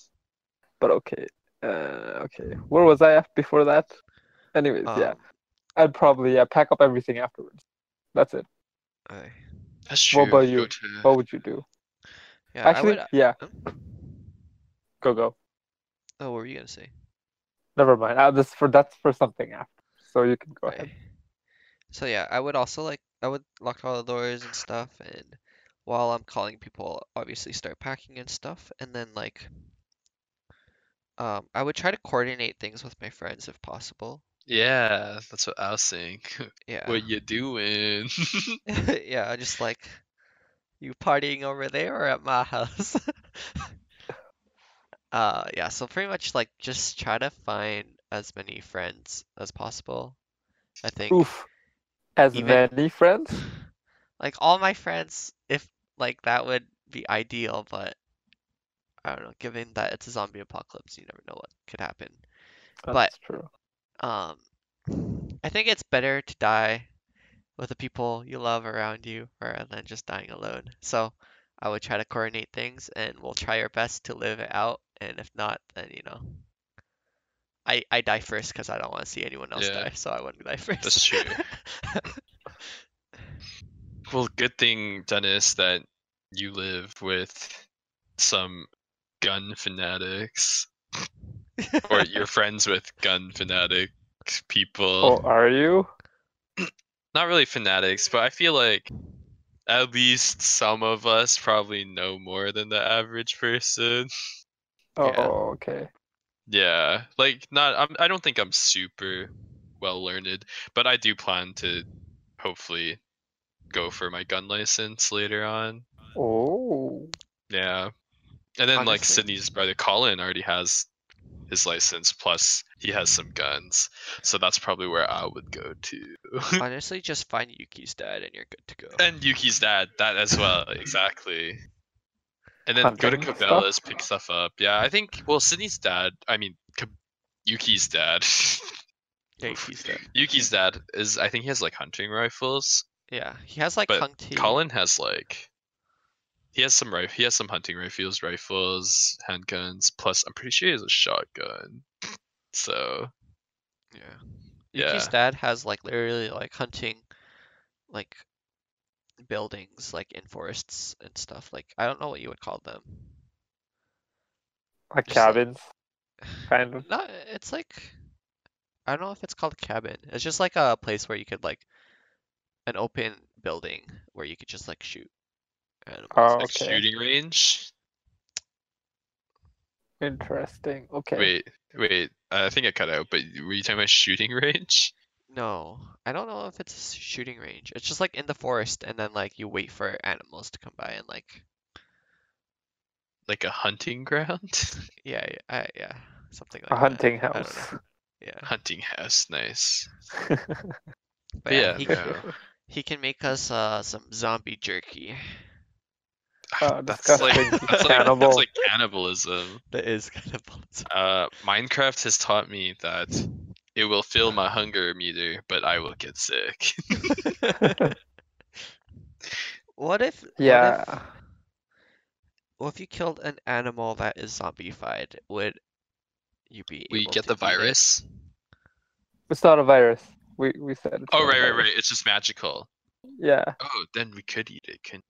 Speaker 3: But okay. Uh, okay. Where was I at before that? Anyways, yeah.
Speaker 1: Um,
Speaker 3: I'd probably yeah, pack up everything afterwards. That's it.
Speaker 1: I-
Speaker 2: That's true.
Speaker 3: What about
Speaker 2: go
Speaker 3: you?
Speaker 2: to-
Speaker 3: What would you do?
Speaker 1: yeah,
Speaker 3: Actually,
Speaker 1: I would. uh,
Speaker 3: yeah.
Speaker 1: um,
Speaker 3: Go go.
Speaker 1: Oh, what were you gonna say?
Speaker 3: Never mind. Uh, this for that's for something after. So you can go ahead.
Speaker 1: Okay. So yeah, I would also like I would lock all the doors and stuff, and while I'm calling people, I'll obviously start packing and stuff, and then like, um, I would try to coordinate things with my friends if possible.
Speaker 2: Yeah, that's what I was saying.
Speaker 1: Yeah.
Speaker 2: What you doing?
Speaker 1: yeah, just like you partying over there or at my house. uh yeah, so pretty much like just try to find as many friends as possible. I think
Speaker 3: Oof. As
Speaker 1: Even-
Speaker 3: many friends?
Speaker 1: like all my friends if like that would be ideal, but I don't know, given that it's a zombie apocalypse, you never know what could happen. But-
Speaker 3: That's true.
Speaker 1: Um I think it's better to die with the people you love around you rather than just dying alone. So I would try to coordinate things and we'll try our best to live it out. And if not, then you know, I I die first because I don't want to see anyone else
Speaker 2: Yeah.
Speaker 1: die, so I wouldn't die first.
Speaker 2: That's true. Well, good thing, Dennis, that you live with some gun fanatics, or you're friends with gun fanatic people.
Speaker 3: Oh, are you?
Speaker 2: Not really fanatics, but I feel like at least some of us probably know more than the average person.
Speaker 3: Oh,
Speaker 1: Yeah.
Speaker 3: okay.
Speaker 2: Yeah, like not. I'm, I don't think I'm super well learned, but I do plan to hopefully go for my gun license later on.
Speaker 3: Oh,
Speaker 2: Yeah, and then like
Speaker 1: Honestly-
Speaker 2: Sydney's brother Colin already has his license, plus he has some guns, so that's probably where I would go to.
Speaker 1: Honestly, just find Yuki's dad and you're good to go.
Speaker 2: And Yuki's dad, that as well, exactly. And then go to
Speaker 3: Hunting stuff?
Speaker 2: Cabela's, pick stuff up. Yeah, I think. Well, Sydney's dad. I mean, Ka- Yuki's dad.
Speaker 1: Yeah, Yuki's dad.
Speaker 2: Yuki's dad is I think he has like hunting rifles.
Speaker 1: Yeah, he has like
Speaker 2: But
Speaker 1: Kung T.
Speaker 2: Colin has like he has some rif- he has some hunting rifles, rifles, handguns, plus I'm pretty sure he has a shotgun. So
Speaker 1: Yeah.
Speaker 2: Yeah.
Speaker 1: Yuki's dad has like literally like hunting, like buildings like in forests and stuff. Like I don't know what you would call them.
Speaker 3: like
Speaker 1: Just like-
Speaker 3: cabins, kind of.
Speaker 1: Not. It's like I don't know if it's called a cabin. It's just like a place where you could like an open building where you could just like shoot. Animals.
Speaker 3: Oh,
Speaker 2: like
Speaker 3: okay.
Speaker 2: shooting range.
Speaker 3: Interesting. Okay.
Speaker 2: Wait, wait, I think I cut out. But were you talking about shooting range?
Speaker 1: No, I don't know if it's a s- shooting range. It's just like in the forest, and then like you wait for animals to come by and like
Speaker 2: Like a hunting ground?
Speaker 1: yeah, yeah, I- yeah, something like
Speaker 3: A
Speaker 1: that.
Speaker 3: hunting
Speaker 1: I don't
Speaker 3: house.
Speaker 1: know. Yeah,
Speaker 2: hunting house, nice.
Speaker 1: but yeah,
Speaker 2: yeah,
Speaker 1: he,
Speaker 2: no.
Speaker 1: he can make us uh some zombie jerky.
Speaker 3: Oh,
Speaker 2: Ah, that's like
Speaker 3: disgusting.
Speaker 2: that's like,
Speaker 3: Cannibal.
Speaker 2: that's like cannibalism.
Speaker 1: That is kind of bullets-
Speaker 2: Uh, Minecraft has taught me that it will fill my hunger meter, but I will get sick.
Speaker 1: What if what if-
Speaker 3: yeah.
Speaker 1: Well, if you killed an animal that is zombified, would you be
Speaker 2: we
Speaker 1: able
Speaker 2: get
Speaker 1: to
Speaker 2: the
Speaker 1: eat it?
Speaker 2: virus.
Speaker 3: It's not a virus. We we said. It's
Speaker 2: Oh
Speaker 3: not a
Speaker 2: right, right,
Speaker 3: virus.
Speaker 2: right. It's just magical.
Speaker 3: Yeah.
Speaker 2: Oh, then we could eat it. Can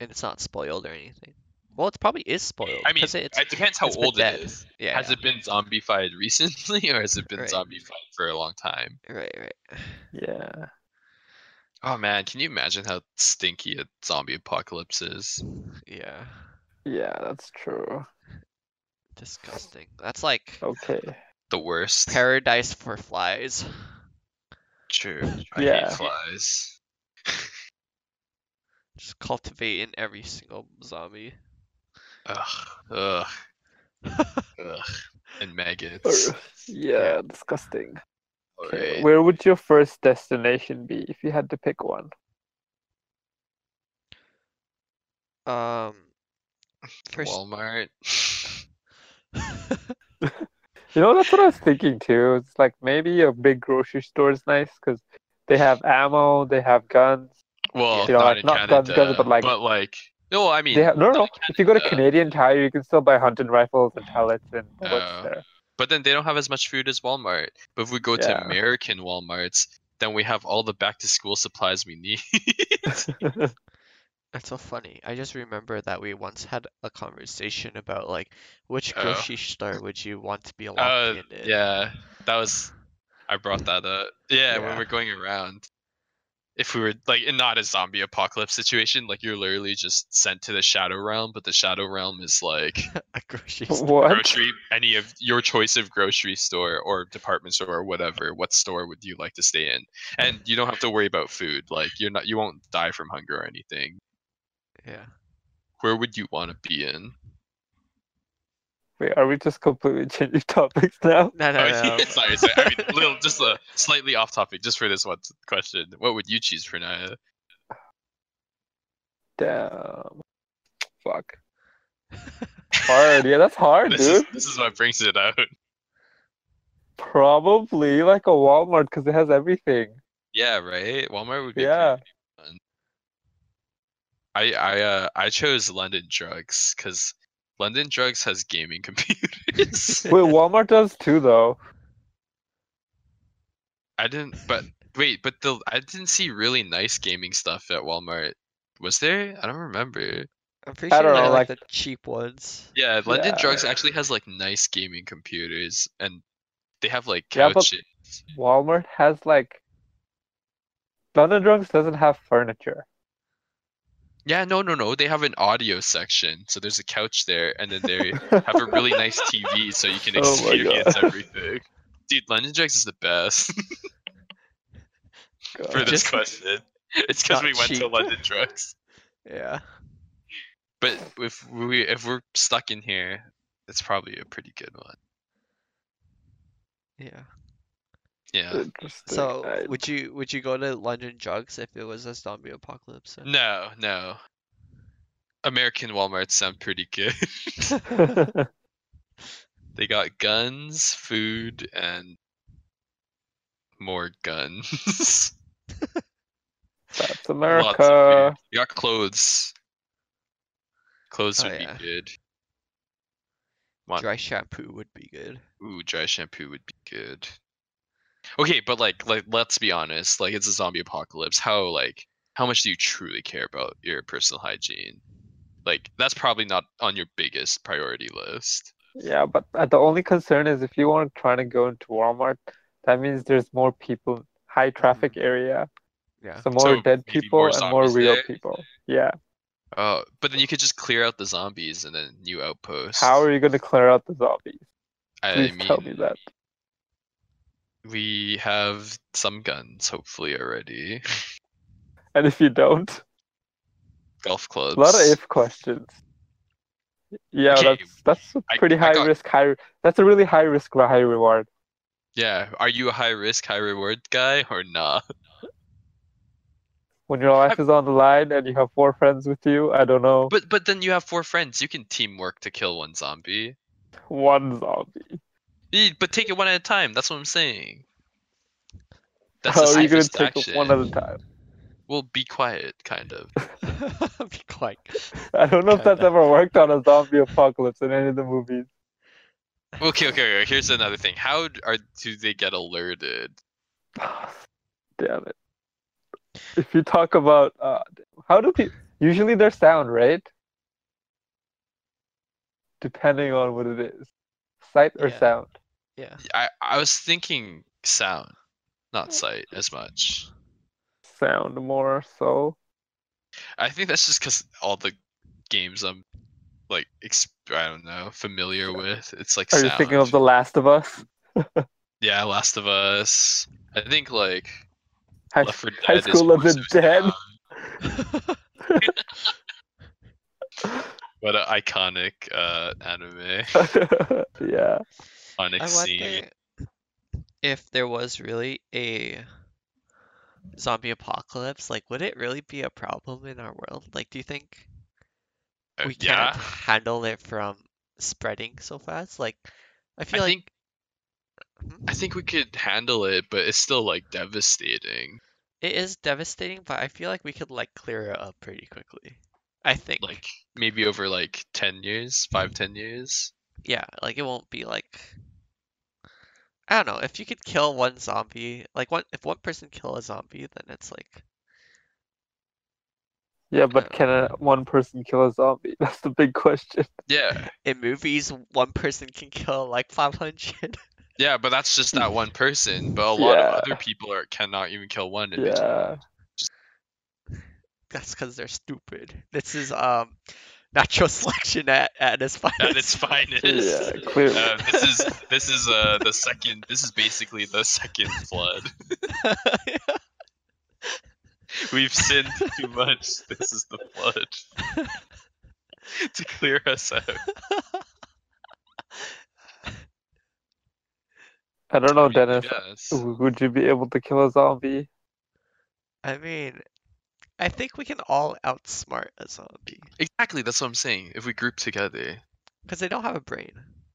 Speaker 1: and it's not spoiled or anything? Well, it probably is spoiled.
Speaker 2: I mean,
Speaker 1: 'cause it's
Speaker 2: it depends how
Speaker 1: it's been
Speaker 2: old
Speaker 1: dead.
Speaker 2: it is.
Speaker 1: yeah,
Speaker 2: Has it been zombified recently, or has it been
Speaker 1: Right.
Speaker 2: zombified for a long time?
Speaker 1: yeah. right, right.
Speaker 3: Yeah.
Speaker 2: Oh man, can you imagine how stinky a zombie apocalypse is?
Speaker 1: Yeah.
Speaker 3: Yeah. That's true.
Speaker 1: Disgusting. That's like
Speaker 3: Okay.
Speaker 2: The worst.
Speaker 1: paradise for flies.
Speaker 2: True. I
Speaker 3: Yeah.
Speaker 2: hate flies.
Speaker 1: Just cultivating every single zombie.
Speaker 2: Ugh. Ugh. Ugh. And maggots.
Speaker 3: Ugh. Yeah. Disgusting. Okay.
Speaker 2: Alright.
Speaker 3: Where would your first destination be if you had to pick one?
Speaker 1: Um, first,
Speaker 2: Walmart.
Speaker 3: You know, that's what I was thinking too. It's like maybe a big grocery store is nice because they have ammo, they have guns.
Speaker 2: Well,
Speaker 3: You know,
Speaker 2: not
Speaker 3: like,
Speaker 2: in
Speaker 3: not guns,
Speaker 2: Canada,
Speaker 3: guns, but like-
Speaker 2: no, I mean,
Speaker 3: They have, no, no, no.
Speaker 2: not in
Speaker 3: If you go to
Speaker 2: Canada,
Speaker 3: Canadian Tire, you can still buy hunting rifles and pellets and bullets
Speaker 2: Oh.
Speaker 3: there.
Speaker 2: but then they don't have as much food as Walmart. But if we go
Speaker 3: Yeah.
Speaker 2: to American WalMarts, then we have all the back to school supplies we need.
Speaker 1: that's so funny. I just remember that we once had a conversation about like which
Speaker 2: Oh.
Speaker 1: grocery store would you want to be locked
Speaker 2: Uh,
Speaker 1: in? in?
Speaker 2: yeah, that was I brought that up. Yeah, when
Speaker 1: Yeah.
Speaker 2: we're going around, if we were like in not a zombie apocalypse situation, like you're literally just sent to the shadow realm, but the shadow realm is like
Speaker 1: a grocery store.
Speaker 3: What?
Speaker 2: grocery any of your choice of grocery store or department store or whatever what store would you like to stay in and you don't have to worry about food like you're not you won't die from hunger or anything
Speaker 1: Yeah.
Speaker 2: where would you want to be in
Speaker 3: Wait, are we just completely changing topics now?
Speaker 1: No, no, no.
Speaker 2: oh, yeah, sorry, sorry. i mean little just a slightly off topic just for this one question what would you choose for naya
Speaker 3: Damn. Fuck. Hard. Yeah, that's hard,
Speaker 2: this
Speaker 3: dude.
Speaker 2: is this is what brings it out
Speaker 3: Probably like a Walmart because it has everything.
Speaker 2: yeah right walmart would be
Speaker 3: Yeah.
Speaker 2: I I uh I chose London Drugs because London Drugs has gaming computers.
Speaker 3: Wait, Walmart does too, though.
Speaker 2: I didn't, but wait, but the I didn't see really nice gaming stuff at Walmart. Was there? I don't remember.
Speaker 1: I'm pretty sure
Speaker 3: don't
Speaker 1: they're
Speaker 3: know,
Speaker 1: like,
Speaker 3: like-
Speaker 1: the cheap ones.
Speaker 2: Yeah, London
Speaker 3: Yeah.
Speaker 2: Drugs actually has like nice gaming computers, and they have like
Speaker 3: Yeah, but-
Speaker 2: couches.
Speaker 3: Walmart has like London Drugs doesn't have furniture.
Speaker 2: Yeah, no, no, no. They have an audio section, so there's a couch there, and then they have a really nice TV, so you can
Speaker 3: Oh my God.
Speaker 2: experience everything. Dude, London Drugs is the best for
Speaker 3: God.
Speaker 2: this
Speaker 1: Just-
Speaker 2: question. It's because
Speaker 1: Not
Speaker 2: we went to
Speaker 1: cheap.
Speaker 2: London Drugs.
Speaker 1: Yeah.
Speaker 2: But if we if we're stuck in here, it's probably a pretty good one.
Speaker 1: Yeah.
Speaker 2: Yeah.
Speaker 3: Interesting.
Speaker 1: So
Speaker 3: I-
Speaker 1: would you would you go to London Drugs if it was a zombie apocalypse?
Speaker 2: No, no. American Walmarts sound pretty good. They got guns, food, and more guns.
Speaker 3: That's
Speaker 2: Lots of food.
Speaker 3: America.
Speaker 2: You got clothes. Clothes
Speaker 1: Oh,
Speaker 2: would
Speaker 1: yeah.
Speaker 2: be good. What?
Speaker 1: Dry shampoo would be good.
Speaker 2: Ooh, dry shampoo would be good. Okay, but like, like, let's be honest. Like, it's a zombie apocalypse. How like, how much do you truly care about your personal hygiene? Like, that's probably not on your biggest priority list.
Speaker 3: Yeah, but uh, the only concern is if you want to try to go into Walmart, that means there's more people, high traffic area,
Speaker 1: Yeah.
Speaker 3: so more
Speaker 2: So
Speaker 3: dead
Speaker 2: maybe
Speaker 3: people
Speaker 2: more
Speaker 3: and more
Speaker 2: zombies
Speaker 3: real
Speaker 2: there?
Speaker 3: people. Yeah.
Speaker 2: Oh, but then you could just clear out the zombies and then new outposts.
Speaker 3: How are you going to clear out the zombies?
Speaker 2: I
Speaker 3: Please tell
Speaker 2: mean,
Speaker 3: me that.
Speaker 2: we have some guns, hopefully already.
Speaker 3: And if you don't,
Speaker 2: Golf clubs.
Speaker 3: a lot of if questions. Yeah,
Speaker 2: Okay,
Speaker 3: that's that's a
Speaker 2: I-
Speaker 3: pretty
Speaker 2: I
Speaker 3: high
Speaker 2: got-
Speaker 3: risk, high. That's a really high risk, high reward.
Speaker 2: Yeah, are you a high risk, high reward guy or not?
Speaker 3: When your life is on the line and you have four friends with you, I don't know,
Speaker 2: But but then you have four friends. You can teamwork to kill one zombie.
Speaker 3: one zombie.
Speaker 2: Eh, But take it one at a time. That's what I'm saying. That's
Speaker 3: How
Speaker 2: the
Speaker 3: are you gonna
Speaker 2: safest
Speaker 3: take it
Speaker 2: action.
Speaker 3: one at a time?
Speaker 2: Well, be quiet, kind of.
Speaker 1: be quiet.
Speaker 3: I don't know if that's
Speaker 1: Kinda.
Speaker 3: ever worked on a zombie apocalypse in any of the movies.
Speaker 2: Okay, okay, okay. Here's another thing. How d- are do they get alerted?
Speaker 3: Damn it. If you talk about uh, how do people usually their sound, right? Depending on what it is, sight or
Speaker 1: Yeah.
Speaker 3: sound.
Speaker 1: Yeah.
Speaker 2: I I was thinking sound,
Speaker 3: Oh.
Speaker 2: not sight as much.
Speaker 3: Sound more so.
Speaker 2: I think that's just because all the games I'm like exp- I don't know familiar with. It's like
Speaker 3: Are
Speaker 2: sound.
Speaker 3: you thinking of The Last of Us?
Speaker 2: Yeah, Last of Us. I think like
Speaker 3: High,
Speaker 2: Left 4 Dead
Speaker 3: High
Speaker 2: is
Speaker 3: School of the
Speaker 2: voice
Speaker 3: Dead.
Speaker 2: sound. What an iconic uh, anime,
Speaker 3: yeah.
Speaker 2: iconic
Speaker 1: I
Speaker 2: scene.
Speaker 1: wonder if there was really a zombie apocalypse, like would it really be a problem in our world? Like do you think
Speaker 2: Uh,
Speaker 1: we can't
Speaker 2: yeah,
Speaker 1: handle it from spreading so fast? Like I
Speaker 2: I
Speaker 1: feel like hmm,
Speaker 2: think I think we could handle it, but it's still like devastating.
Speaker 1: it is devastating, but I feel like we could like clear it up pretty quickly. I think.
Speaker 2: Like maybe over like ten years, five ten years.
Speaker 1: yeah, like it won't be like I don't know, if you could kill one zombie, like one if one person kill a zombie, then it's like
Speaker 3: Yeah, but can a, one person kill a zombie? That's the big question.
Speaker 2: Yeah,
Speaker 1: in movies one person can kill like 500.
Speaker 2: yeah, but that's just that one person. But a lot
Speaker 3: Yeah.
Speaker 2: of other people are cannot even kill one. and they just-
Speaker 3: Yeah.
Speaker 1: That's cuz they're stupid. This is um natural selection at, at its finest.
Speaker 2: at its finest.
Speaker 3: Yeah, clearly.
Speaker 2: Uh, this is this is uh the second. This is basically the second flood. We've sinned too much. This is the flood to clear us out.
Speaker 3: I don't know, Oh, Dennis.
Speaker 2: Yes.
Speaker 3: w- Would you be able to kill a zombie?
Speaker 1: I mean, I think we can all outsmart a zombie
Speaker 2: Exactly. That's what I'm saying. If we group together,
Speaker 1: cuz they don't have a brain.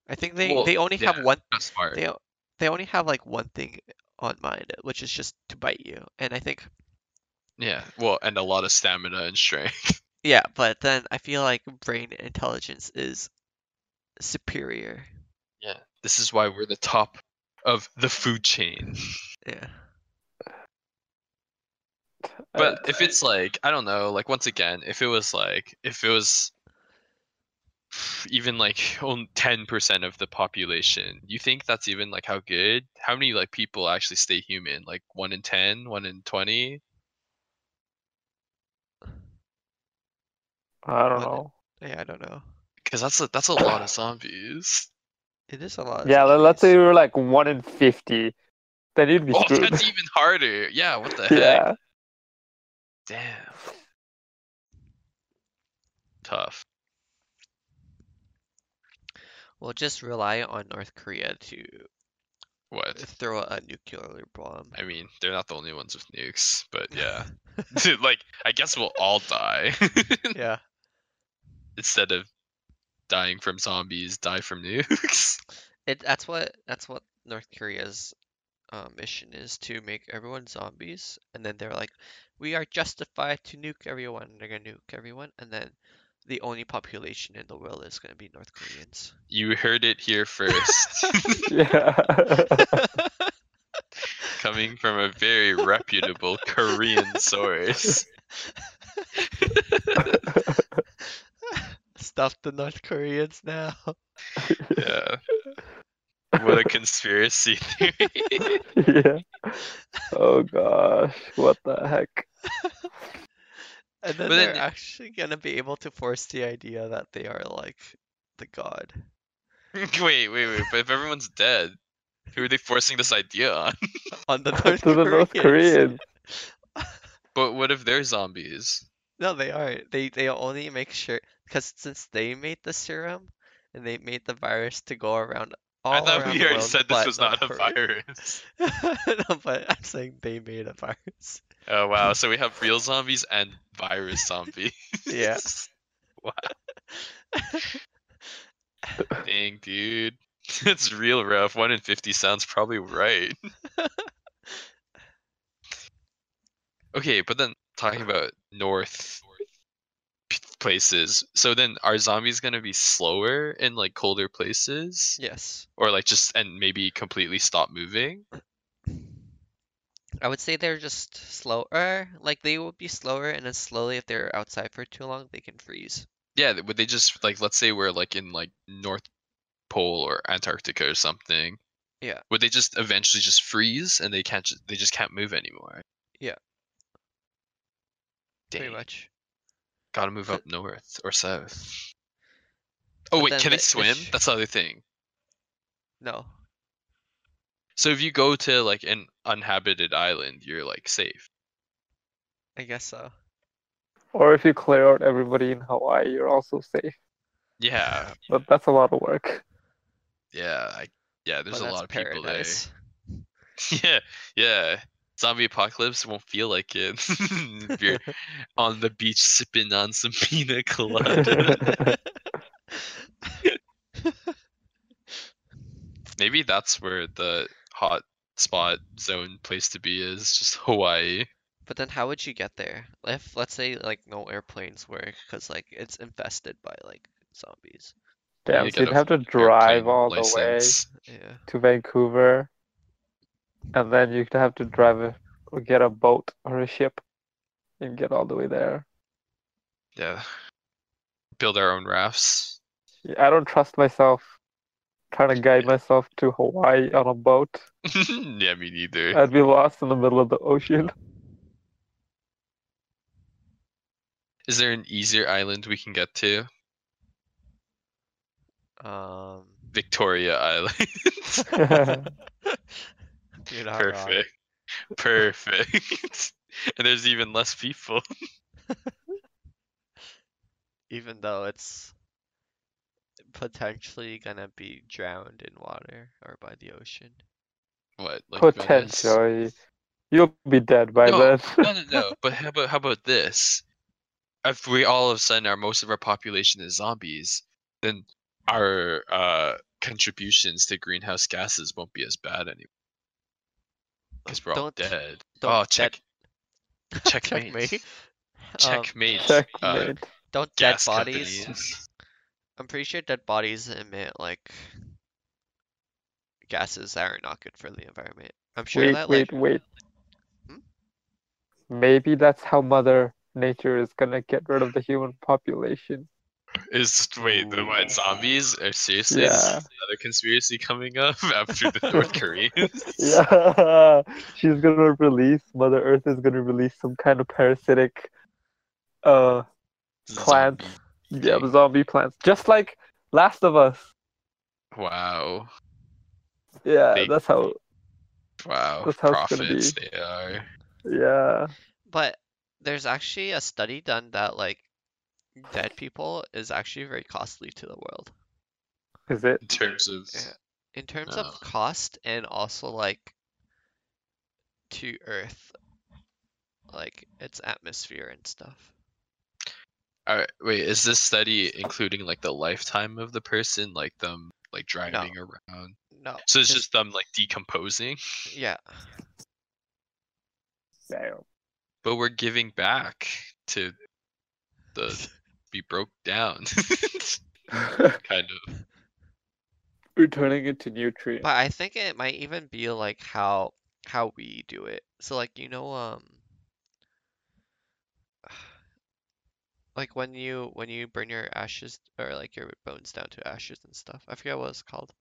Speaker 1: I think they
Speaker 2: Well,
Speaker 1: they only
Speaker 2: yeah.
Speaker 1: have one
Speaker 2: that's smart.
Speaker 1: they o- they only have like one thing on mind, which is just to bite you. And I think
Speaker 2: Yeah. Well, and a lot of stamina and strength.
Speaker 1: yeah, but then I feel like brain intelligence is superior.
Speaker 2: Yeah. This is why we're the top of the food chain.
Speaker 1: Yeah.
Speaker 2: But
Speaker 3: Uh,
Speaker 2: if it's like, I don't know, like once again, if it was like, if it was even like only 10% of the population you think that's even like how good how many like people actually stay human like 1 in 10 1 in 20
Speaker 3: I
Speaker 1: What?
Speaker 3: don't know.
Speaker 1: Yeah, I don't know.
Speaker 2: because that's a, that's a lot of zombies
Speaker 1: It is a lot. of
Speaker 3: Yeah, let- let's say
Speaker 1: zombies.
Speaker 3: we were like one in fifty, then you'd be
Speaker 2: oh
Speaker 3: screwed.
Speaker 2: that's even harder yeah what the heck
Speaker 3: yeah,
Speaker 2: damn tough
Speaker 1: We'll just rely on North Korea to
Speaker 2: what
Speaker 1: throw a nuclear bomb.
Speaker 2: i mean they're not the only ones with nukes but yeah Dude, like i guess we'll all die
Speaker 1: yeah.
Speaker 2: instead of dying from zombies die from nukes
Speaker 1: It that's what that's what North Korea's uh, mission is to make everyone zombies, and then they're like, we are justified to nuke everyone. and They're gonna nuke everyone, and then the only population in the world is gonna be North Koreans.
Speaker 2: you heard it here first
Speaker 3: yeah.
Speaker 2: coming from a very reputable Korean source.
Speaker 1: Stuff the North Koreans now.
Speaker 2: Yeah. What a conspiracy theory.
Speaker 3: yeah. Oh gosh, what the heck?
Speaker 1: And then
Speaker 2: But
Speaker 1: they're
Speaker 2: then-
Speaker 1: actually gonna be able to force the idea that they are like the god.
Speaker 2: wait, wait, wait. But if everyone's dead, who are they forcing this idea on?
Speaker 1: On the North
Speaker 3: to the North Koreans.
Speaker 2: But what if they're zombies?
Speaker 1: No, they aren't. They they only make sure because since they made the serum and they made the virus to go around all
Speaker 2: I thought
Speaker 1: around
Speaker 2: we
Speaker 1: the
Speaker 2: already
Speaker 1: world,
Speaker 2: said this
Speaker 1: but
Speaker 2: was not a
Speaker 1: North Korea.
Speaker 2: virus.
Speaker 1: no, but I'm saying they made a virus.
Speaker 2: Oh wow! So we have real zombies and virus zombies.
Speaker 1: Yeah.
Speaker 2: wow. Dang, dude. It's real rough. One in fifty sounds probably right. okay, but then talking about north p- places. So then, are zombies gonna be slower in like colder places,
Speaker 1: Yes,
Speaker 2: or like just and maybe completely stop moving?
Speaker 1: I would say they're just slower. Like they will be slower, and then slowly, if they're outside for too long, they can freeze.
Speaker 2: Yeah, th- would they just like let's say we're like in like North Pole or Antarctica or something?
Speaker 1: Yeah.
Speaker 2: Would they just eventually just freeze and they can't ju- they just can't move anymore?
Speaker 1: Yeah.
Speaker 2: Dang,
Speaker 1: Pretty much.
Speaker 2: gotta move up north or south.
Speaker 1: But
Speaker 2: Oh wait,
Speaker 1: then
Speaker 2: can
Speaker 1: the
Speaker 2: it swim?
Speaker 1: ish-
Speaker 2: That's the other thing.
Speaker 1: No.
Speaker 2: So if you go to like an uninhabited island, you're like safe.
Speaker 1: I guess so.
Speaker 3: Or if you clear out everybody in Hawaii, you're also safe.
Speaker 2: Yeah,
Speaker 3: But that's a lot of work.
Speaker 2: yeah, I, yeah. There's
Speaker 1: but
Speaker 2: a
Speaker 1: that's
Speaker 2: lot of people
Speaker 1: paradise.
Speaker 2: there. yeah, yeah. Zombie apocalypse won't feel like it. if you're on the beach sipping on some pina colada. Maybe that's where the hot spot zone place to be is just Hawaii.
Speaker 1: But then, how would you get there? If let's say like no airplanes work, because like it's infested by like zombies.
Speaker 3: Damn,
Speaker 2: You
Speaker 3: so
Speaker 2: get
Speaker 3: you'd
Speaker 2: a
Speaker 3: have to drive
Speaker 2: Airplane
Speaker 3: all
Speaker 2: license.
Speaker 1: Yeah.
Speaker 3: the way to Vancouver, and then you'd have to drive a, or get a boat or a ship, and get all the way there.
Speaker 2: Yeah. Build our own rafts.
Speaker 3: Yeah, I don't trust myself trying to guide myself to Hawaii on a boat.
Speaker 2: yeah, me neither.
Speaker 3: I'd be lost in the middle of the ocean.
Speaker 2: Is there an easier island we can get to?
Speaker 1: Um.
Speaker 2: Victoria Island.
Speaker 1: You're not wrong.
Speaker 2: Perfect. Perfect. and there's even less people.
Speaker 1: Even though it's potentially gonna be drowned in water or by the ocean.
Speaker 2: What? Like Venice?
Speaker 3: Potentially. You'll be dead by
Speaker 2: No,
Speaker 3: then.
Speaker 2: no, no, no. But how about how about this? If we all of a sudden our most of our population is zombies, then our uh, contributions to greenhouse gases won't be as bad anymore because we're all
Speaker 1: Uh, Don't-
Speaker 2: dead.
Speaker 1: don't
Speaker 2: oh,
Speaker 1: dead-
Speaker 2: check, checkmate,
Speaker 1: Checkmate.
Speaker 2: checkmate,
Speaker 1: Um,
Speaker 2: uh,
Speaker 3: Checkmate.
Speaker 1: don't dead
Speaker 2: gas
Speaker 1: bodies.
Speaker 2: companies.
Speaker 1: I'm pretty sure dead bodies emit like gases that are not good for the environment. I'm sure
Speaker 3: wait,
Speaker 1: that like
Speaker 3: wait, wait.
Speaker 1: Hmm?
Speaker 3: Maybe that's how Mother Nature is gonna get rid of the human population.
Speaker 2: Is wait, the what zombies? Are seriously is
Speaker 3: Yeah.
Speaker 2: another conspiracy coming up after the North Koreans?
Speaker 3: Yeah, she's gonna release Mother Earth is gonna release some kind of parasitic, uh, plants.
Speaker 2: Zombie.
Speaker 3: Yeah, zombie plants, just like Last of Us.
Speaker 2: Wow.
Speaker 3: Yeah,
Speaker 2: Big.
Speaker 3: that's how.
Speaker 2: Wow.
Speaker 3: That's how it's gonna be.
Speaker 2: Prophets they are.
Speaker 3: Yeah,
Speaker 1: But there's actually a study done that like dead people is actually very costly to the world
Speaker 3: is it?
Speaker 2: In terms of
Speaker 1: Yeah. in terms
Speaker 2: No.
Speaker 1: of cost and also like to Earth, like its atmosphere and stuff.
Speaker 2: all right, wait, is this study including like the lifetime of the person, like them like driving around?
Speaker 1: No,
Speaker 2: So it's
Speaker 1: Just-
Speaker 2: just them like decomposing,
Speaker 1: yeah,
Speaker 3: Damn.
Speaker 2: but we're giving back to the be broke down. kind of.
Speaker 3: Returning it to nutrient.
Speaker 1: but I think it might even be like how how we do it. So like you know um. Like when you when you burn your ashes or like your bones down to ashes and stuff. I forget what it's called.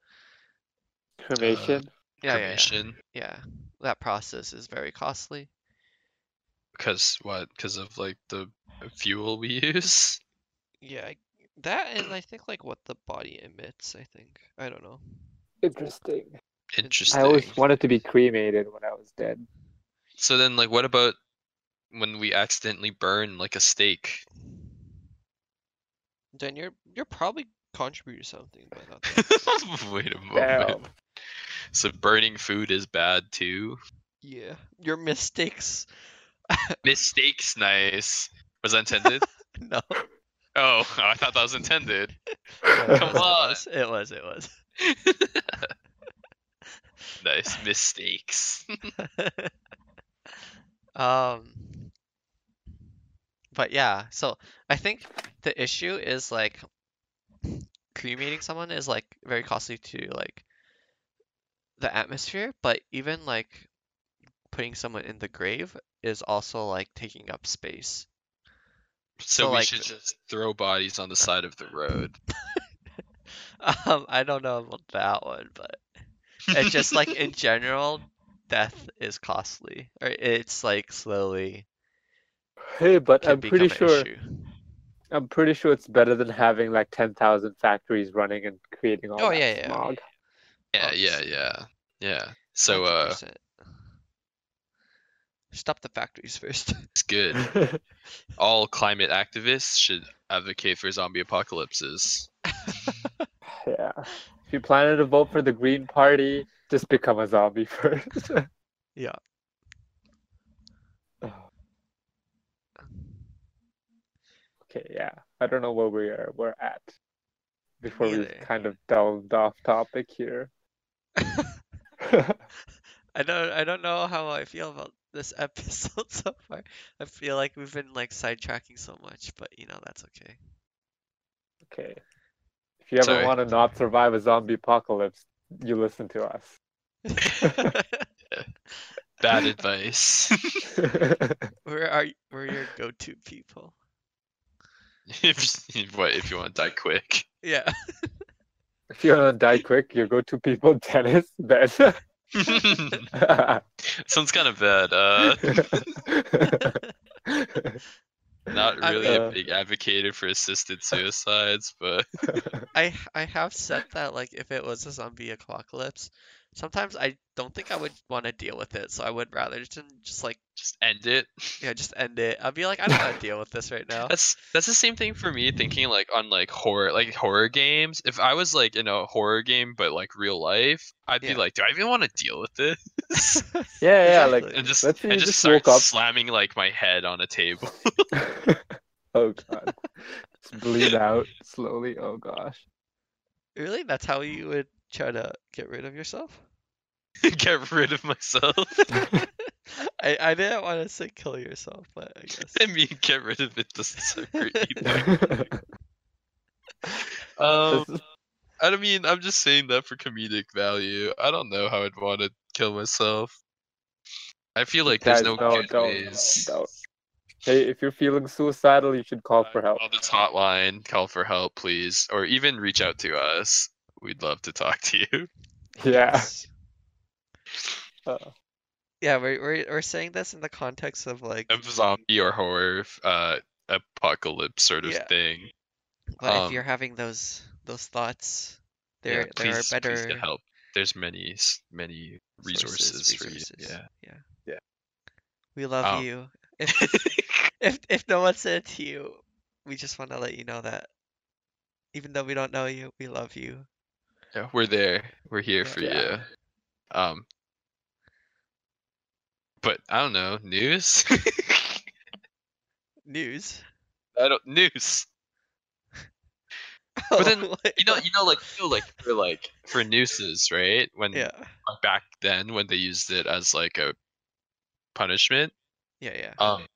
Speaker 1: uh,
Speaker 3: Cremation.
Speaker 1: Yeah, yeah, yeah,
Speaker 2: cremation.
Speaker 1: yeah. That process is very costly.
Speaker 2: Because what? Because of like the fuel we use.
Speaker 1: Yeah, I- that and I think like what the body emits, I think. I don't know.
Speaker 3: Interesting.
Speaker 2: Interesting.
Speaker 3: I always wanted to be cremated when I was dead.
Speaker 2: So then, like, what about when we accidentally burn like a steak?
Speaker 1: Then you're you're probably contributing something, but not that.
Speaker 2: Wait a moment.
Speaker 3: Damn.
Speaker 2: So burning food is bad too.
Speaker 1: yeah. Your mistakes.
Speaker 2: Mistakes, nice. Was that intended?
Speaker 1: No.
Speaker 2: oh, I thought that was intended.
Speaker 1: no, it
Speaker 2: Come
Speaker 1: was, It was. It was.
Speaker 2: Nice mistakes.
Speaker 1: It was. um. But yeah, so I think the issue is like cremating someone is like very costly to like the atmosphere, but even like putting someone in the grave is also like taking up space.
Speaker 2: so
Speaker 1: So,
Speaker 2: we
Speaker 1: like-
Speaker 2: should just throw bodies on the side of the road.
Speaker 1: Um, I don't know about that one, but it's just like in general, death is costly, or it's like slowly
Speaker 3: Hey, but
Speaker 1: can
Speaker 3: I'm
Speaker 1: become
Speaker 3: pretty
Speaker 1: an
Speaker 3: sure
Speaker 1: issue.
Speaker 3: I'm pretty sure it's better than having like ten thousand factories running and creating all
Speaker 1: Oh,
Speaker 3: that
Speaker 1: yeah, yeah,
Speaker 3: smog.
Speaker 2: Yeah, yeah,
Speaker 1: Obviously.
Speaker 2: yeah, yeah. So uh,
Speaker 1: 100%. stop the factories first.
Speaker 2: it's good. all climate activists should advocate for zombie apocalypses.
Speaker 3: yeah. If you planning to vote for the Green Party, just become a zombie first.
Speaker 1: Yeah.
Speaker 3: Okay, yeah. I don't know where we are we're at. Before we
Speaker 1: Neither.
Speaker 3: kind of delved off topic here.
Speaker 1: I don't, I don't know how I feel about this episode so far. I feel like we've been like sidetracking so much, but you know that's okay.
Speaker 3: Okay. If you ever
Speaker 2: Sorry.
Speaker 3: want to not survive a zombie apocalypse, you listen to us.
Speaker 2: Bad advice.
Speaker 1: We're our, we're your go-to people.
Speaker 2: if what if you want to die quick?
Speaker 1: Yeah.
Speaker 3: if you want to die quick, you go to people, Dennis, Ben.
Speaker 2: Sounds kind of bad. Uh, not
Speaker 1: I
Speaker 2: really
Speaker 3: mean-
Speaker 2: a big advocate for assisted suicides, but
Speaker 1: I h- I have said that like if it was a zombie apocalypse, sometimes I don't think I would want to deal with it, so I would rather just, just like
Speaker 2: just end it.
Speaker 1: yeah, just end it. I'd be like, I don't want to deal with this right now.
Speaker 2: That's that's the same thing for me. Thinking like on like horror like horror games. If I was like in a horror game but like real life, I'd
Speaker 1: Yeah.
Speaker 2: be like, do I even want to deal with this?
Speaker 3: yeah, yeah, like
Speaker 1: Exactly.
Speaker 2: and just
Speaker 3: let's say
Speaker 2: and
Speaker 3: you
Speaker 2: just
Speaker 3: just
Speaker 2: start
Speaker 3: woke up.
Speaker 2: slamming like my head on a table.
Speaker 3: oh god, just bleed out slowly. Oh gosh,
Speaker 1: Really, that's how you would try to get rid of yourself?
Speaker 2: Get rid of myself.
Speaker 1: I I didn't want to say kill yourself, but I guess.
Speaker 2: I mean, get rid of it doesn't sound great either.
Speaker 3: This
Speaker 2: Um,
Speaker 3: is-
Speaker 2: I don't mean, I'm just saying that for comedic value. I don't know how I'd want to kill myself. I feel like there's
Speaker 3: guys,
Speaker 2: no,
Speaker 3: no,
Speaker 2: good
Speaker 3: don't,
Speaker 2: ways.
Speaker 3: don't. Hey, if you're feeling suicidal, you should call for
Speaker 2: Uh,
Speaker 3: help.
Speaker 2: Call this hotline. Call for help, please, or even reach out to us. We'd love to talk to you.
Speaker 3: Yeah. Uh,
Speaker 1: Yeah, we're, we're, we're saying this in the context of like,
Speaker 2: A zombie or horror uh, apocalypse sort of
Speaker 1: Yeah.
Speaker 2: thing.
Speaker 1: but if
Speaker 2: um,
Speaker 1: you're having those those thoughts, there
Speaker 2: Yeah,
Speaker 1: there are
Speaker 2: please- please
Speaker 1: better
Speaker 2: get help. There's many s- many resources, for you.
Speaker 1: resources.
Speaker 2: Yeah.
Speaker 1: yeah,
Speaker 3: Yeah.
Speaker 1: We love
Speaker 2: Um,
Speaker 1: you. If if if no one said it to you, we just want to let you know that, even though we don't know you, we love you.
Speaker 2: Yeah, we're there. We're here
Speaker 1: Yeah.
Speaker 2: for
Speaker 3: Yeah.
Speaker 2: you. Um, but I don't know news.
Speaker 1: News.
Speaker 2: I don't news. But then,
Speaker 1: Like,
Speaker 2: You know, you know, like you know, like for like for nooses, right? When
Speaker 1: yeah,
Speaker 2: back then, when they used it as like a punishment.
Speaker 1: yeah, yeah.
Speaker 2: Um,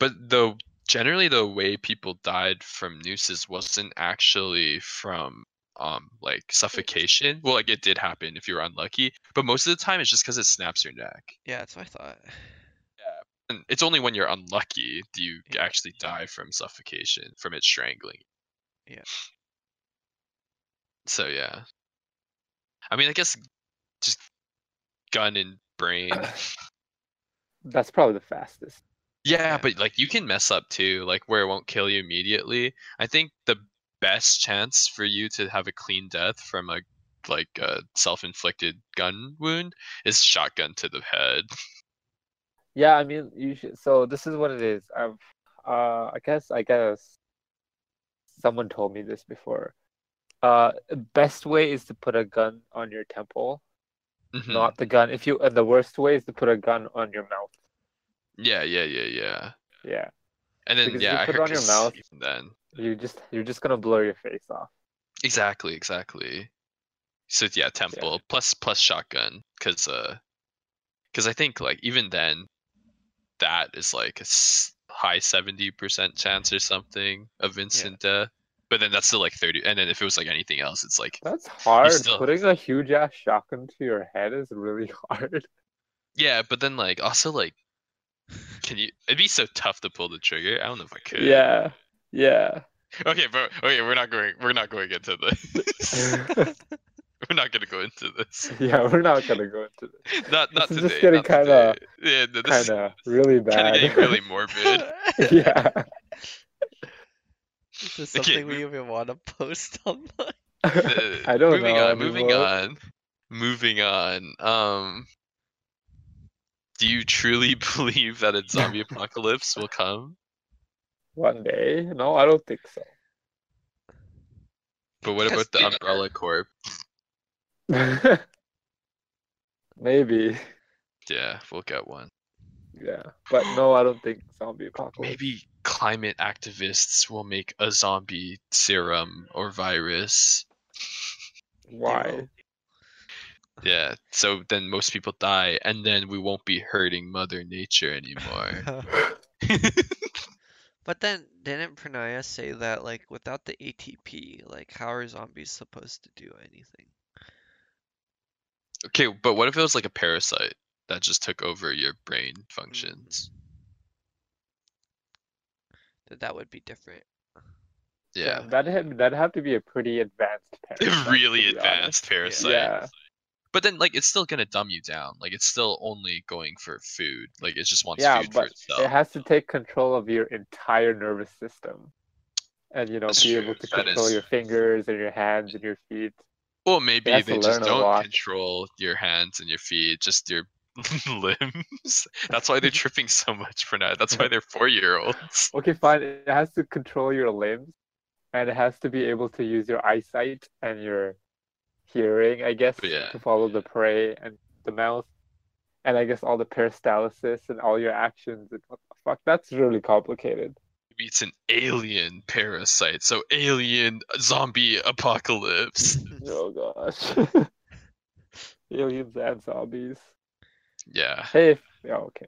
Speaker 2: but the generally the way people died from nooses wasn't actually from um like suffocation. Well, like it did happen if you were unlucky, but most of the time it's just because it snaps your neck.
Speaker 1: yeah, that's what I thought.
Speaker 2: And it's only when you're unlucky do you
Speaker 1: Yeah.
Speaker 2: actually die from suffocation from it strangling. you.
Speaker 1: Yeah.
Speaker 2: So yeah. I mean, I guess just gun and brain.
Speaker 3: That's probably the fastest.
Speaker 2: Yeah,
Speaker 1: Yeah.
Speaker 2: but like you can mess up too, like where it won't kill you immediately. I think the best chance for you to have a clean death from a like a self-inflicted gun wound is shotgun to the head.
Speaker 3: Yeah, I mean, you should. So this is what it is. I've, uh, I guess, I guess, someone told me this before. Uh, best way is to put a gun on your temple,
Speaker 2: Mhm.
Speaker 3: not the gun. If you, and the worst way is to put a gun on your mouth.
Speaker 2: Yeah, yeah, yeah, yeah.
Speaker 3: Yeah,
Speaker 2: And then
Speaker 3: Because if
Speaker 2: yeah,
Speaker 3: you
Speaker 2: I
Speaker 3: put it
Speaker 2: heard
Speaker 3: on your
Speaker 2: this
Speaker 3: mouth-
Speaker 2: even then.
Speaker 3: you just, you're just gonna blur your face off.
Speaker 2: Exactly, exactly. So yeah, temple plus plus shotgun cuz uh cuz I think like even then that is like a s- high 70% chance or something of instant death. But then that's still like 30 and then if it was like anything else it's like
Speaker 3: That's hard.
Speaker 2: still-
Speaker 3: Putting a huge ass shotgun to your head is really hard.
Speaker 2: yeah, but then like also like can you it'd be so tough to pull the trigger. I don't know if I could.
Speaker 3: Yeah, yeah.
Speaker 2: Okay, but okay, we're not going we're not going into this. we're not going to go into this.
Speaker 3: Yeah, we're not gonna go into this.
Speaker 2: Not not
Speaker 3: is
Speaker 2: today.
Speaker 3: just getting
Speaker 2: not
Speaker 3: kinda-
Speaker 2: today. yeah, no, this is
Speaker 3: Kind of really
Speaker 2: kind
Speaker 3: bad.
Speaker 2: of getting really morbid.
Speaker 3: yeah.
Speaker 1: Is this
Speaker 2: Okay,
Speaker 1: something we even want to post online?
Speaker 3: I don't
Speaker 2: moving
Speaker 3: know
Speaker 2: On, moving
Speaker 3: anymore.
Speaker 2: on. Moving on. Um, do you truly believe that a zombie apocalypse will come?
Speaker 3: One day? No, I don't think so.
Speaker 2: But what about the
Speaker 1: Yes.
Speaker 2: Umbrella Corp?
Speaker 3: Maybe.
Speaker 2: Yeah, we'll get one.
Speaker 3: Yeah. But no, I don't think zombie apocalypse.
Speaker 2: Maybe climate activists will make a zombie serum or virus.
Speaker 3: Why?
Speaker 2: Yeah, so then most people die, and then we won't be hurting Mother Nature anymore.
Speaker 1: But then, didn't Pranaya say that like without the ATP, like how are zombies supposed to do anything?
Speaker 2: Okay, but what if it was like a parasite that just took over your brain functions?
Speaker 1: That that would be different.
Speaker 2: Yeah.
Speaker 3: That had that'd have to be a pretty advanced parasite. to
Speaker 2: really
Speaker 3: be honest.
Speaker 2: advanced parasite.
Speaker 3: Yeah.
Speaker 2: But then like it's still gonna dumb you down. Like it's still only going for food. Like it just wants
Speaker 3: Yeah,
Speaker 2: food for
Speaker 3: but
Speaker 2: itself.
Speaker 3: It has to take control of your entire nervous system. And you know,
Speaker 2: That's
Speaker 3: be
Speaker 2: true.
Speaker 3: able to
Speaker 2: That
Speaker 3: control
Speaker 2: is-
Speaker 3: your fingers and your hands and your feet.
Speaker 2: Or maybe
Speaker 3: has
Speaker 2: they
Speaker 3: to
Speaker 2: just
Speaker 3: learn a
Speaker 2: don't
Speaker 3: lot.
Speaker 2: control your hands and your feet, just your limbs. That's why they're tripping so much for now. That's why they're four year olds.
Speaker 3: Okay, fine. It has to control your limbs, and it has to be able to use your eyesight and your hearing, I guess,
Speaker 2: Yeah.
Speaker 3: to follow the prey and the mouth, and I guess all the peristalsis and all your actions. And what the fuck, that's really complicated.
Speaker 2: Maybe it's an alien parasite. So alien zombie apocalypse.
Speaker 3: Oh gosh, aliens and zombies.
Speaker 2: Yeah.
Speaker 3: Hey, if- yeah, okay.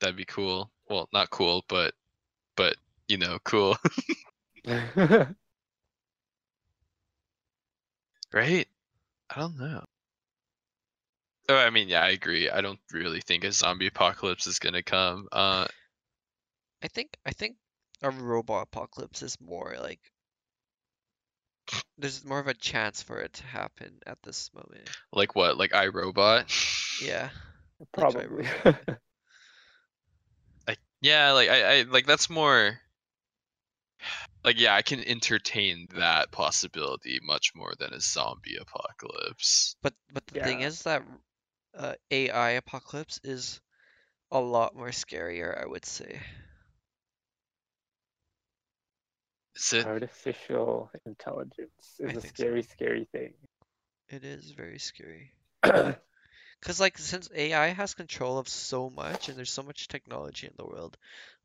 Speaker 2: That'd be cool. Well, not cool, but but you know, cool. Right? I don't know. So Oh, I mean, yeah, I agree. I don't really think a zombie apocalypse is gonna come. Uh,
Speaker 1: I think I think a robot apocalypse is more like there's more of a chance for it to happen at this moment.
Speaker 2: like what? Like iRobot?
Speaker 1: Yeah. That's right,
Speaker 3: Probably.
Speaker 2: Yeah, like I, I like that's more like yeah, I can entertain that possibility much more than a zombie apocalypse.
Speaker 1: But but the thing
Speaker 3: Yeah.
Speaker 1: is that uh, AI apocalypse is a lot more scarier, I would say.
Speaker 2: Is it
Speaker 3: Artificial intelligence
Speaker 1: I
Speaker 3: is a
Speaker 1: think so.
Speaker 3: scary, scary thing.
Speaker 1: It is very scary. Cause like since AI has control of so much and there's so much technology in the world,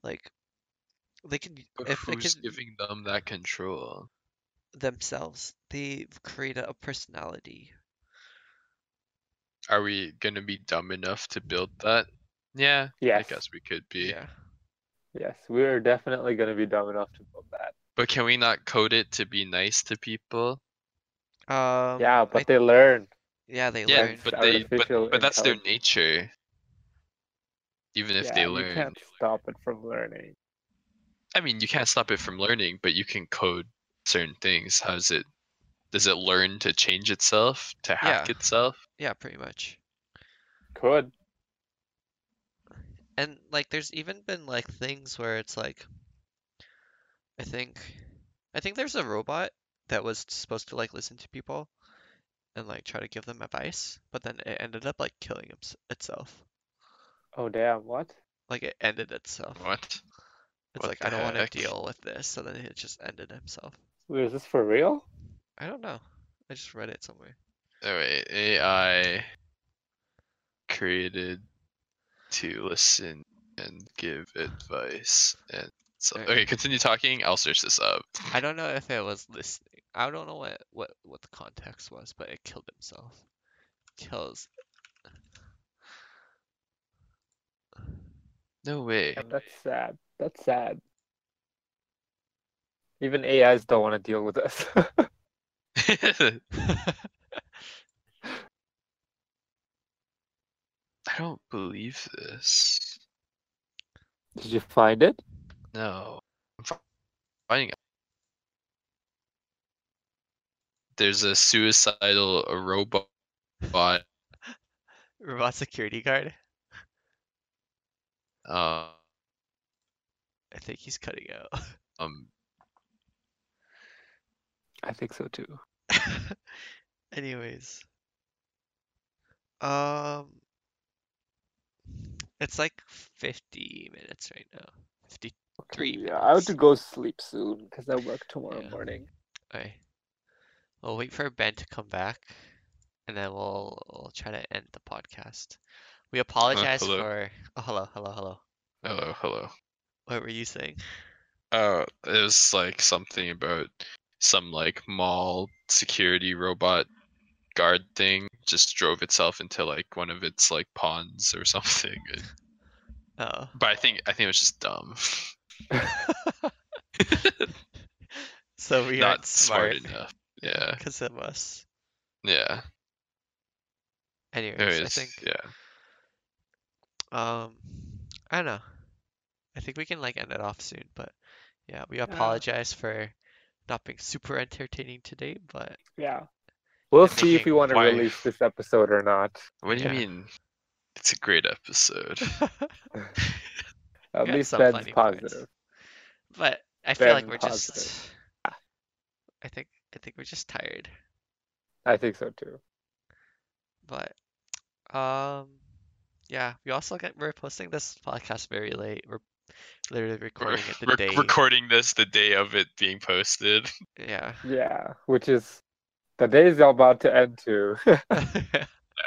Speaker 1: like they can
Speaker 2: but
Speaker 1: if they
Speaker 2: who's
Speaker 1: can
Speaker 2: giving them that control?
Speaker 1: themselves, they've created a personality.
Speaker 2: Are we gonna be dumb enough to build that? Yeah,
Speaker 3: Yes.
Speaker 2: I guess we could be.
Speaker 1: Yeah.
Speaker 3: Yes, we are definitely going to be dumb enough to build that.
Speaker 2: But can we not code it to be nice to people?
Speaker 1: Um,
Speaker 3: yeah,
Speaker 1: I-
Speaker 3: but they learn.
Speaker 1: yeah, they
Speaker 2: Yeah,
Speaker 1: learn.
Speaker 3: It's
Speaker 2: but they but,
Speaker 3: artificial
Speaker 2: but that's their
Speaker 3: intelligence.
Speaker 2: nature. Even if
Speaker 3: yeah,
Speaker 2: they
Speaker 3: You
Speaker 2: learn.
Speaker 3: can't stop it from learning.
Speaker 2: I mean, you can't stop it from learning, but you can code certain things. How's it? Does it learn to change itself, to hack
Speaker 1: Yeah.
Speaker 2: itself?
Speaker 1: Yeah, pretty much.
Speaker 3: Could.
Speaker 1: And like there's even been like things where it's like I think I think there's a robot that was supposed to like listen to people and like try to give them advice, but then it ended up like killing ims- itself.
Speaker 3: Oh, damn. What?
Speaker 1: Like it ended itself.
Speaker 2: What?
Speaker 1: It's
Speaker 2: What
Speaker 1: like
Speaker 2: the
Speaker 1: I don't want to
Speaker 2: heck?
Speaker 1: deal with this, so then it just ended himself.
Speaker 3: Wait, is this for real?
Speaker 1: I don't know. I just read it somewhere.
Speaker 2: All right, AI created to listen and give advice. And so,
Speaker 1: Alright.
Speaker 2: okay, continue talking. I'll search this up.
Speaker 1: I don't know if it was listening. I don't know what what what the context was, but it killed himself. Kills.
Speaker 2: No way.
Speaker 3: Damn, that's sad. That's sad. Even AIs don't want to deal with us.
Speaker 2: I don't believe this.
Speaker 3: Did you find it?
Speaker 2: No. I'm fi- finding out. There's a suicidal a robot.
Speaker 1: Robot security guard.
Speaker 2: Uh,
Speaker 1: I think he's cutting out.
Speaker 2: um,
Speaker 3: I think so too.
Speaker 1: Anyways. Um it's like 50 minutes right now. 50. Three
Speaker 3: Yeah, I have
Speaker 1: minutes.
Speaker 3: to go sleep soon because I work tomorrow
Speaker 1: Yeah.
Speaker 3: morning.
Speaker 1: Okay. We'll wait for Ben to come back and then we'll, we'll try to end the podcast. We apologize
Speaker 2: Uh, hello.
Speaker 1: for Oh, hello, hello, hello.
Speaker 2: hello, hello.
Speaker 1: What were you saying?
Speaker 2: Oh, it was like something about some like mall security robot guard thing just drove itself into like one of its like ponds or something. It-
Speaker 1: Oh.
Speaker 2: But I think I think it was just dumb.
Speaker 1: So we
Speaker 2: Not
Speaker 1: aren't smart
Speaker 2: smart enough. Yeah.
Speaker 1: because of us.
Speaker 2: Yeah.
Speaker 1: Anyways, I
Speaker 2: Anyways,
Speaker 1: think
Speaker 2: yeah.
Speaker 1: Um, I don't know. I think we can like end it off soon, but yeah, we apologize for not being super entertaining today, but
Speaker 3: Yeah. We'll
Speaker 1: I'm
Speaker 3: see if we
Speaker 1: thinking,
Speaker 3: want to
Speaker 2: why-
Speaker 3: release this episode or not.
Speaker 2: What do
Speaker 1: Yeah.
Speaker 2: you mean? It's a great episode.
Speaker 3: At
Speaker 1: Yeah,
Speaker 3: least
Speaker 1: some
Speaker 3: that's
Speaker 1: funny points.
Speaker 3: positive.
Speaker 1: but I feel like
Speaker 3: Very
Speaker 1: we're
Speaker 3: positive.
Speaker 1: just I think I think we're just tired,
Speaker 3: I think so too.
Speaker 1: but um yeah, we also get we're posting this podcast very late. We're literally
Speaker 2: We're
Speaker 1: recording it the
Speaker 2: rec-
Speaker 1: day.
Speaker 2: recording this the day of it being posted.
Speaker 1: Yeah.
Speaker 3: Yeah, which is the day's about to end too.
Speaker 2: Yeah,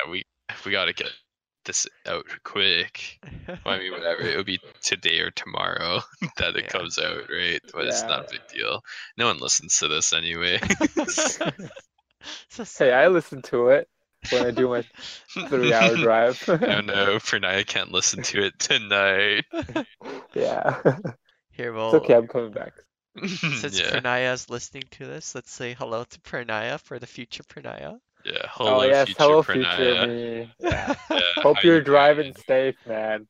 Speaker 2: we we gotta get this out quick. Well, I mean, whatever. It'll be today or tomorrow that it
Speaker 1: Yeah.
Speaker 2: comes out, right? But it's
Speaker 3: Yeah.
Speaker 2: not a big deal. No one listens to this anyway.
Speaker 1: So sad.
Speaker 3: hey, I listen to it when I do my three-hour drive.
Speaker 2: oh no, Pranaya can't listen to it tonight.
Speaker 3: yeah, it's
Speaker 1: Here we'll
Speaker 3: okay. I'm coming back.
Speaker 1: Since
Speaker 2: Hmm, yeah.
Speaker 1: Pranaya's listening to this, let's say hello to Pranaya for the future Pranaya.
Speaker 2: Yeah.
Speaker 3: oh yes,
Speaker 2: future
Speaker 3: hello
Speaker 2: Pranaya.
Speaker 3: future me. Yeah.
Speaker 2: Yeah,
Speaker 3: Hope
Speaker 2: how
Speaker 3: you're
Speaker 2: you
Speaker 3: driving
Speaker 2: doing?
Speaker 3: safe, man.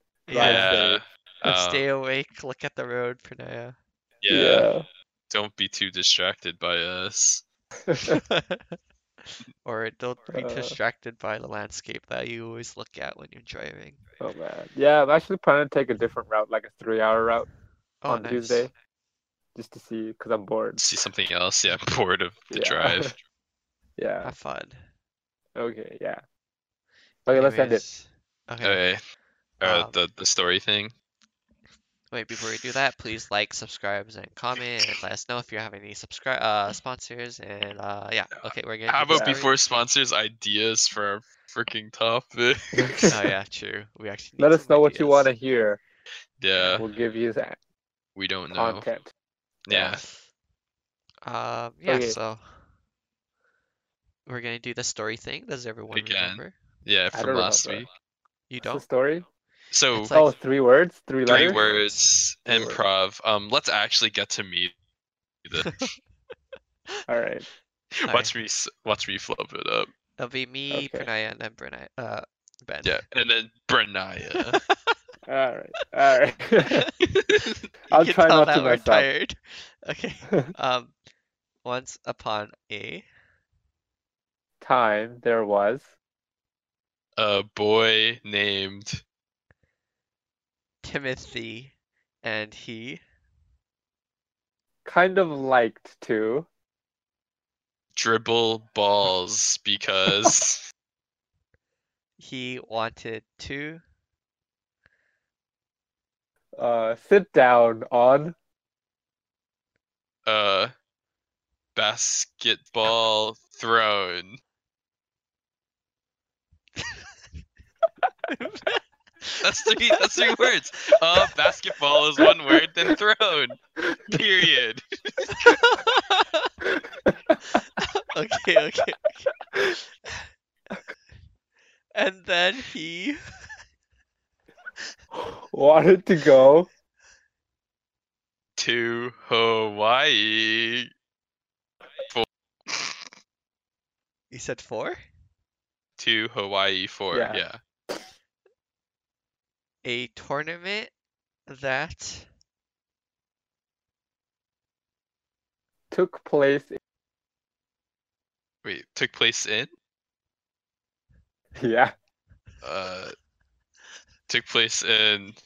Speaker 3: Drive
Speaker 1: Yeah.
Speaker 2: Yeah.
Speaker 3: safe.
Speaker 2: um,
Speaker 1: Stay awake, look at the road, Pranaya.
Speaker 2: yeah. Don't be too distracted by us.
Speaker 1: or don't be
Speaker 3: Uh.
Speaker 1: distracted by the landscape that you always look at when you're driving.
Speaker 3: Oh man. Yeah, I'm actually planning to take a different route, like a three-hour route
Speaker 1: Oh,
Speaker 3: on
Speaker 1: nice.
Speaker 3: Tuesday, just to see, cause I'm bored.
Speaker 2: See something else. Yeah, I'm bored of the
Speaker 3: Yeah.
Speaker 2: drive.
Speaker 3: Yeah.
Speaker 1: Have fun.
Speaker 3: Okay. Yeah. Okay, let's end it.
Speaker 1: Anyways, Okay.
Speaker 2: Okay. Uh,
Speaker 1: Um,
Speaker 2: the the story thing.
Speaker 1: Wait, before we do that, please like, subscribe, and comment, and let us know if you have any subscribe uh sponsors. And uh, yeah, okay, we're gonna.
Speaker 2: How
Speaker 1: do
Speaker 2: about
Speaker 1: the
Speaker 2: before sponsors ideas for our freaking topic?
Speaker 1: story. oh yeah, true. We actually.
Speaker 3: Let us know what you want to hear.
Speaker 2: yeah,
Speaker 3: We'll give you that
Speaker 2: we don't know.
Speaker 3: content.
Speaker 2: Yeah.
Speaker 1: Um. Yeah.
Speaker 3: Okay.
Speaker 1: So. We're gonna do the story thing. Does everyone
Speaker 2: Again.
Speaker 1: remember?
Speaker 2: Yeah,
Speaker 3: I
Speaker 2: from
Speaker 3: don't
Speaker 2: last
Speaker 3: remember.
Speaker 2: week.
Speaker 1: You
Speaker 3: What's
Speaker 1: don't.
Speaker 3: the story?
Speaker 2: So
Speaker 1: It's like-
Speaker 3: oh, three words, three
Speaker 2: three
Speaker 3: letters.
Speaker 2: words,
Speaker 3: Three words.
Speaker 2: improv. Um, let's actually get to meet. The,
Speaker 3: All right.
Speaker 2: watch me, s- watch me flub it up.
Speaker 1: It'll be me,
Speaker 3: Okay.
Speaker 1: Pranaya, and then Brunei. Uh, Ben.
Speaker 2: Yeah, and then Brenaya.
Speaker 3: All right. All right.
Speaker 1: You
Speaker 3: I'll
Speaker 1: can
Speaker 3: try
Speaker 1: tell
Speaker 3: not
Speaker 1: that
Speaker 3: to
Speaker 1: we're
Speaker 3: mess up.
Speaker 1: tired. Okay. Um. Once upon a.
Speaker 3: Time there was
Speaker 2: a boy named
Speaker 1: Timothy and he
Speaker 3: kind of liked to.
Speaker 2: Dribble Balls because
Speaker 1: he wanted to
Speaker 3: uh, sit down on
Speaker 2: uh, basketball thrown. That's three. That's three words. Uh, basketball is one word, then thrown. Period.
Speaker 1: okay okay and then he
Speaker 3: wanted to go
Speaker 2: To Hawaii.
Speaker 1: he said four
Speaker 2: To Hawaii for
Speaker 3: Yeah.
Speaker 2: yeah.
Speaker 1: a tournament that
Speaker 3: took place
Speaker 2: Wait, took place in.
Speaker 3: yeah
Speaker 2: Uh, took place in.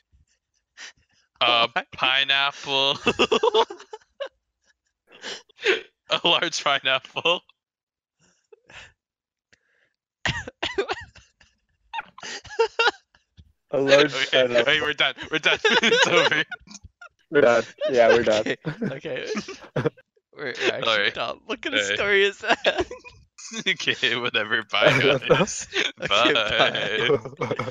Speaker 2: Uh,
Speaker 1: Hawaii.
Speaker 2: pineapple. A large pineapple.
Speaker 3: a large
Speaker 2: Okay,
Speaker 3: kind of-
Speaker 2: okay, we're done. We're done. it's over.
Speaker 3: we're done yeah we're done
Speaker 1: okay, okay. We're, we're actually
Speaker 2: Alright.
Speaker 1: dumb. What kind of
Speaker 2: Alright.
Speaker 1: story is that?
Speaker 2: okay, whatever. Bye, guys.
Speaker 1: Okay, bye.
Speaker 2: bye.